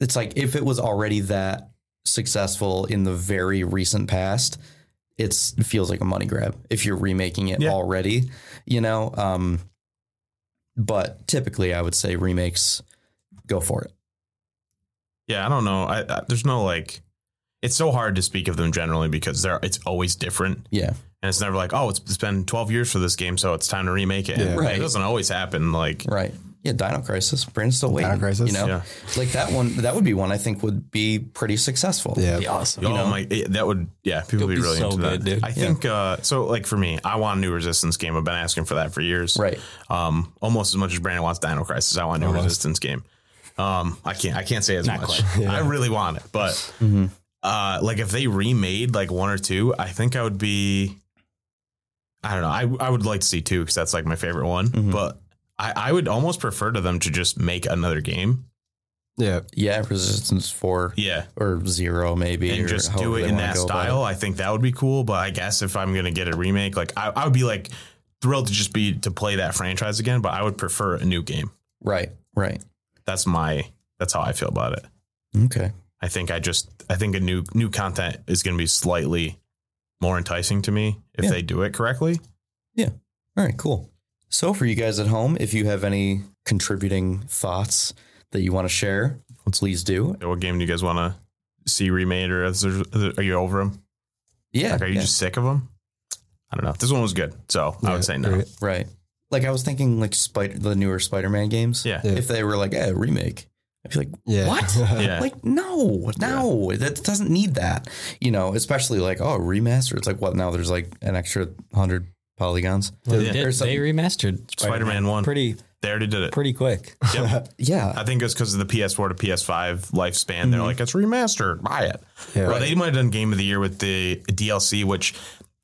Speaker 2: It's like if it was already that successful in the very recent past, it's it feels like a money grab if you're remaking it
Speaker 1: Yeah.
Speaker 2: already, you know, um but typically I would say remakes go for it.
Speaker 1: Yeah, I don't know. I, I there's no like. It's so hard to speak of them generally because they're it's always different,
Speaker 2: Yeah.
Speaker 1: and it's never like oh it's, it's been 12 years for this game, so it's time to remake it. And
Speaker 4: Yeah.
Speaker 2: Right.
Speaker 1: It doesn't always happen. Like
Speaker 2: Right. Yeah, Dino Crisis. Brandon's still waiting.
Speaker 4: Crisis?
Speaker 2: You know,
Speaker 1: Yeah.
Speaker 2: like that one. That would be one I think would be pretty successful.
Speaker 4: Yeah.
Speaker 3: Be awesome.
Speaker 1: oh my, it- that would yeah, people
Speaker 3: It'll
Speaker 1: would be
Speaker 3: be
Speaker 1: really
Speaker 3: so
Speaker 1: into that.
Speaker 3: good, dude.
Speaker 1: I think uh, so. Like for me, I want a new Resistance game. I've been asking for that for years.
Speaker 2: Right.
Speaker 1: um, almost as much as Brandon wants Dino Crisis. I want a new Resistance game. Um, I can't. I can't say as
Speaker 3: Not
Speaker 1: much. I really want it, but
Speaker 2: Mhm.
Speaker 1: uh, like if they remade like one or two, I think I would be. I don't know. I I would like to see two
Speaker 3: Mm-hmm.
Speaker 1: because that's like my favorite one.
Speaker 2: Mhm.
Speaker 1: But I I would almost prefer to them to just make another game
Speaker 4: Yeah.
Speaker 2: Yeah, Resistance Four
Speaker 1: Yeah.
Speaker 2: or Zero maybe,
Speaker 1: And
Speaker 2: or
Speaker 1: just
Speaker 2: however
Speaker 1: do it
Speaker 2: they
Speaker 1: in
Speaker 2: wanna
Speaker 1: that
Speaker 2: go about
Speaker 1: style. I think that would be cool. But I guess if I'm gonna get a remake, like I, I would be like thrilled to just be to play that franchise again. But I would prefer a new game.
Speaker 2: it. Right, right,
Speaker 1: That's my. That's how I feel about it.
Speaker 2: okay.
Speaker 1: I think I just. I think a new new content is gonna be slightly more enticing to me if
Speaker 2: Yeah.
Speaker 1: they do it correctly.
Speaker 2: All right, cool. So, for you guys at home, if you have any contributing thoughts that you want to share, please do.
Speaker 1: What game do you guys want to see remade, or is there, are you over them?
Speaker 2: Yeah.
Speaker 1: Like, are you
Speaker 2: yeah,
Speaker 1: just sick of them? I don't know. This one was good, so I
Speaker 4: Yeah,
Speaker 1: would say no.
Speaker 4: right.
Speaker 2: right? Like I was thinking, like spider the newer Spider-Man games.
Speaker 1: Yeah.
Speaker 4: Yeah.
Speaker 2: If they were like, "Hey, remake," I'd be like,
Speaker 4: Yeah.
Speaker 2: "What?"
Speaker 1: Yeah.
Speaker 2: Like, no, no, that doesn't need that. You know, especially like, oh, remaster. It's like what now? There's like an extra hundred polygons.
Speaker 3: Well,
Speaker 1: Yeah.
Speaker 3: they, did-
Speaker 2: There's some-
Speaker 3: they remastered
Speaker 1: Spider-Man one.
Speaker 3: pretty
Speaker 1: They already did it.
Speaker 3: pretty quick.
Speaker 1: Yep.
Speaker 2: Yeah,
Speaker 1: I think it's because of the PS4 to PS5 lifespan.
Speaker 2: Mm-hmm.
Speaker 1: They're like, it's remastered, buy it.
Speaker 4: Yeah.
Speaker 1: Well, they might have done Game of the Year with the DLC, which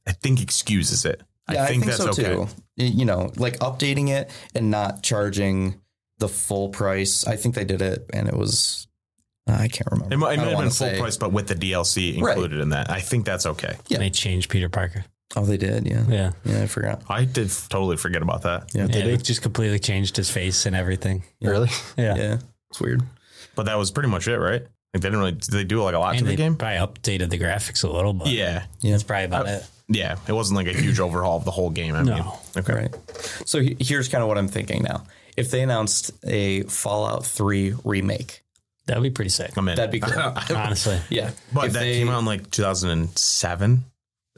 Speaker 1: I think excuses it.
Speaker 2: Yeah, I think, so too. Y- You know, like updating it and not charging the full price. I think they did it, and it was uh, I can't remember.
Speaker 1: It might,
Speaker 2: I
Speaker 1: it
Speaker 2: don't
Speaker 1: might have
Speaker 2: wanna
Speaker 1: been full
Speaker 2: say.
Speaker 1: price, but with the DLC
Speaker 2: Right.
Speaker 1: included in that, I think that's okay.
Speaker 2: Yeah.
Speaker 3: They changed Peter Parker.
Speaker 2: Oh, they did. Yeah, yeah,
Speaker 3: Yeah.
Speaker 2: I forgot.
Speaker 1: I did f- totally forget about that,
Speaker 2: Yeah,
Speaker 3: yeah, they just completely changed his face and everything.
Speaker 4: Really?
Speaker 3: Yeah.
Speaker 2: yeah, it's weird.
Speaker 1: but that was pretty much it, right? Like they didn't really did they do like a lot
Speaker 3: And
Speaker 1: to the
Speaker 3: they
Speaker 1: game.
Speaker 3: probably updated the graphics a little, but
Speaker 1: Yeah,
Speaker 3: that's probably about it.
Speaker 1: yeah. It wasn't like a huge overhaul of the whole game. I mean,
Speaker 3: No.
Speaker 1: okay,
Speaker 2: Right. So he- here's kind of what I'm thinking now. If they announced a Fallout Three remake,
Speaker 3: That'd be pretty sick.
Speaker 1: I'm in.
Speaker 2: that'd be cool.
Speaker 3: Honestly.
Speaker 2: yeah,
Speaker 1: But
Speaker 2: If
Speaker 1: that
Speaker 2: they-
Speaker 1: came out in like 2007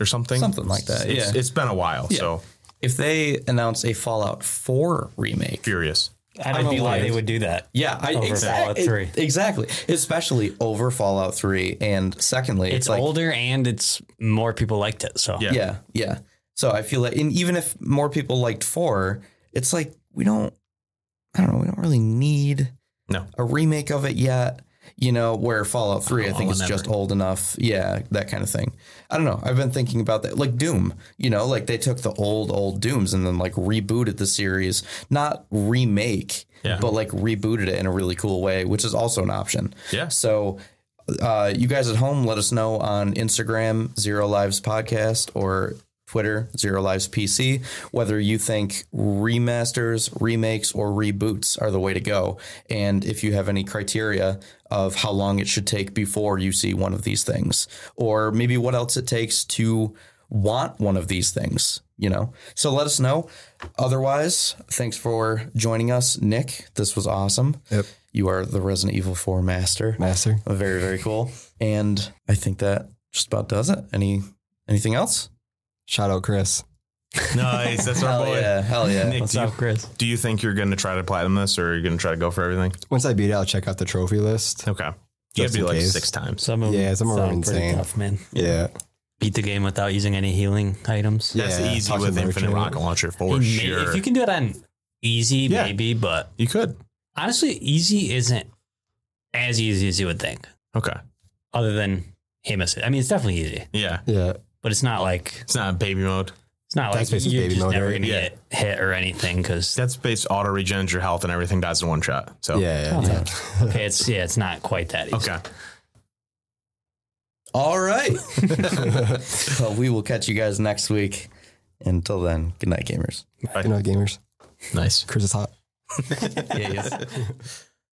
Speaker 1: or something.
Speaker 2: Something like that,
Speaker 1: It's-
Speaker 2: yeah.
Speaker 1: it's been a while.
Speaker 2: Yeah.
Speaker 1: So
Speaker 2: If they announce a Fallout Four remake,
Speaker 1: furious.
Speaker 3: I don't
Speaker 2: I'd be
Speaker 3: know why
Speaker 2: like-
Speaker 3: they would do that.
Speaker 2: yeah, I
Speaker 3: Over Fallout 3.
Speaker 2: exactly, especially over Fallout Three, and secondly,
Speaker 3: It's,
Speaker 2: it's, like,
Speaker 3: older and it's more people liked it. So
Speaker 1: Yeah.
Speaker 2: Yeah, yeah. So I feel like, and even if more people liked four, it's like we don't, I don't know, we don't really need
Speaker 1: No.
Speaker 2: a remake of it yet. You know, where Fallout Three, I
Speaker 3: Oh,
Speaker 2: think is
Speaker 3: whenever.
Speaker 2: just old enough. Yeah, that kind of thing. I don't know. I've been thinking about that, like Doom. You know, like they took the old old Dooms and then like rebooted the series, not remake,
Speaker 1: Yeah.
Speaker 2: but like rebooted it in a really cool way, which is also an option.
Speaker 1: Yeah.
Speaker 2: So, uh, you guys at home, let us know on Instagram, Zero Lives Podcast, or Twitter, Zero Lives PC, whether you think remasters, remakes, or reboots are the way to go. And if you have any criteria of how long it should take before you see one of these things, or maybe what else it takes to want one of these things, you know? So let us know. Otherwise, thanks for joining us, Nick. This was awesome.
Speaker 4: Yep.
Speaker 2: You are the Resident Evil 4 master.
Speaker 4: Master.
Speaker 2: Very, very cool. And I think that just about does it. Any anything else?
Speaker 4: Shout out Chris.
Speaker 1: Nice. That's our
Speaker 2: hell
Speaker 1: boy.
Speaker 2: yeah. Hell yeah.
Speaker 1: Nick,
Speaker 3: What's
Speaker 1: do you,
Speaker 3: up, Chris?
Speaker 1: do you think you're going to try to platinum this or are you going to try to go for everything?
Speaker 4: Once I beat it, I'll check out the trophy list.
Speaker 1: Okay. You got
Speaker 4: Just
Speaker 1: to be
Speaker 4: in
Speaker 1: like
Speaker 4: case.
Speaker 1: six times.
Speaker 3: Some of them
Speaker 4: Yeah, some of them are
Speaker 3: sound pretty
Speaker 4: insane.
Speaker 3: tough, man.
Speaker 4: Yeah.
Speaker 3: Beat the game without using any healing items.
Speaker 1: That's
Speaker 4: Yeah,
Speaker 1: easy
Speaker 4: talking
Speaker 1: with
Speaker 4: about
Speaker 1: Infinite
Speaker 4: it.
Speaker 1: Rocket Launcher
Speaker 3: I
Speaker 1: for
Speaker 3: mean, may-
Speaker 1: sure.
Speaker 3: If you
Speaker 1: You,
Speaker 3: can do it on easy,
Speaker 1: Yeah.
Speaker 3: maybe, but
Speaker 1: could.
Speaker 3: honestly, easy isn't as easy as you would think.
Speaker 1: Okay.
Speaker 3: Other than hey, miss it. I mean, it's definitely easy,
Speaker 1: Yeah.
Speaker 4: Yeah.
Speaker 3: but it's not like
Speaker 1: It's not baby mode.
Speaker 3: it's not
Speaker 4: That's
Speaker 3: like
Speaker 4: basically
Speaker 3: you're
Speaker 4: baby
Speaker 3: just
Speaker 4: mode,
Speaker 3: never
Speaker 4: right?
Speaker 3: gonna
Speaker 1: Yeah.
Speaker 3: get hit or anything because
Speaker 1: That's based auto regens your health and everything dies in one shot. So,
Speaker 4: Yeah.
Speaker 3: Oh, yeah. okay, it's yeah, it's not quite that easy.
Speaker 1: okay.
Speaker 2: All right. well, we will catch you guys next week. Until then, good night, gamers.
Speaker 4: You know, gamers.
Speaker 1: Nice.
Speaker 4: Chris is hot.
Speaker 2: Yeah, yes.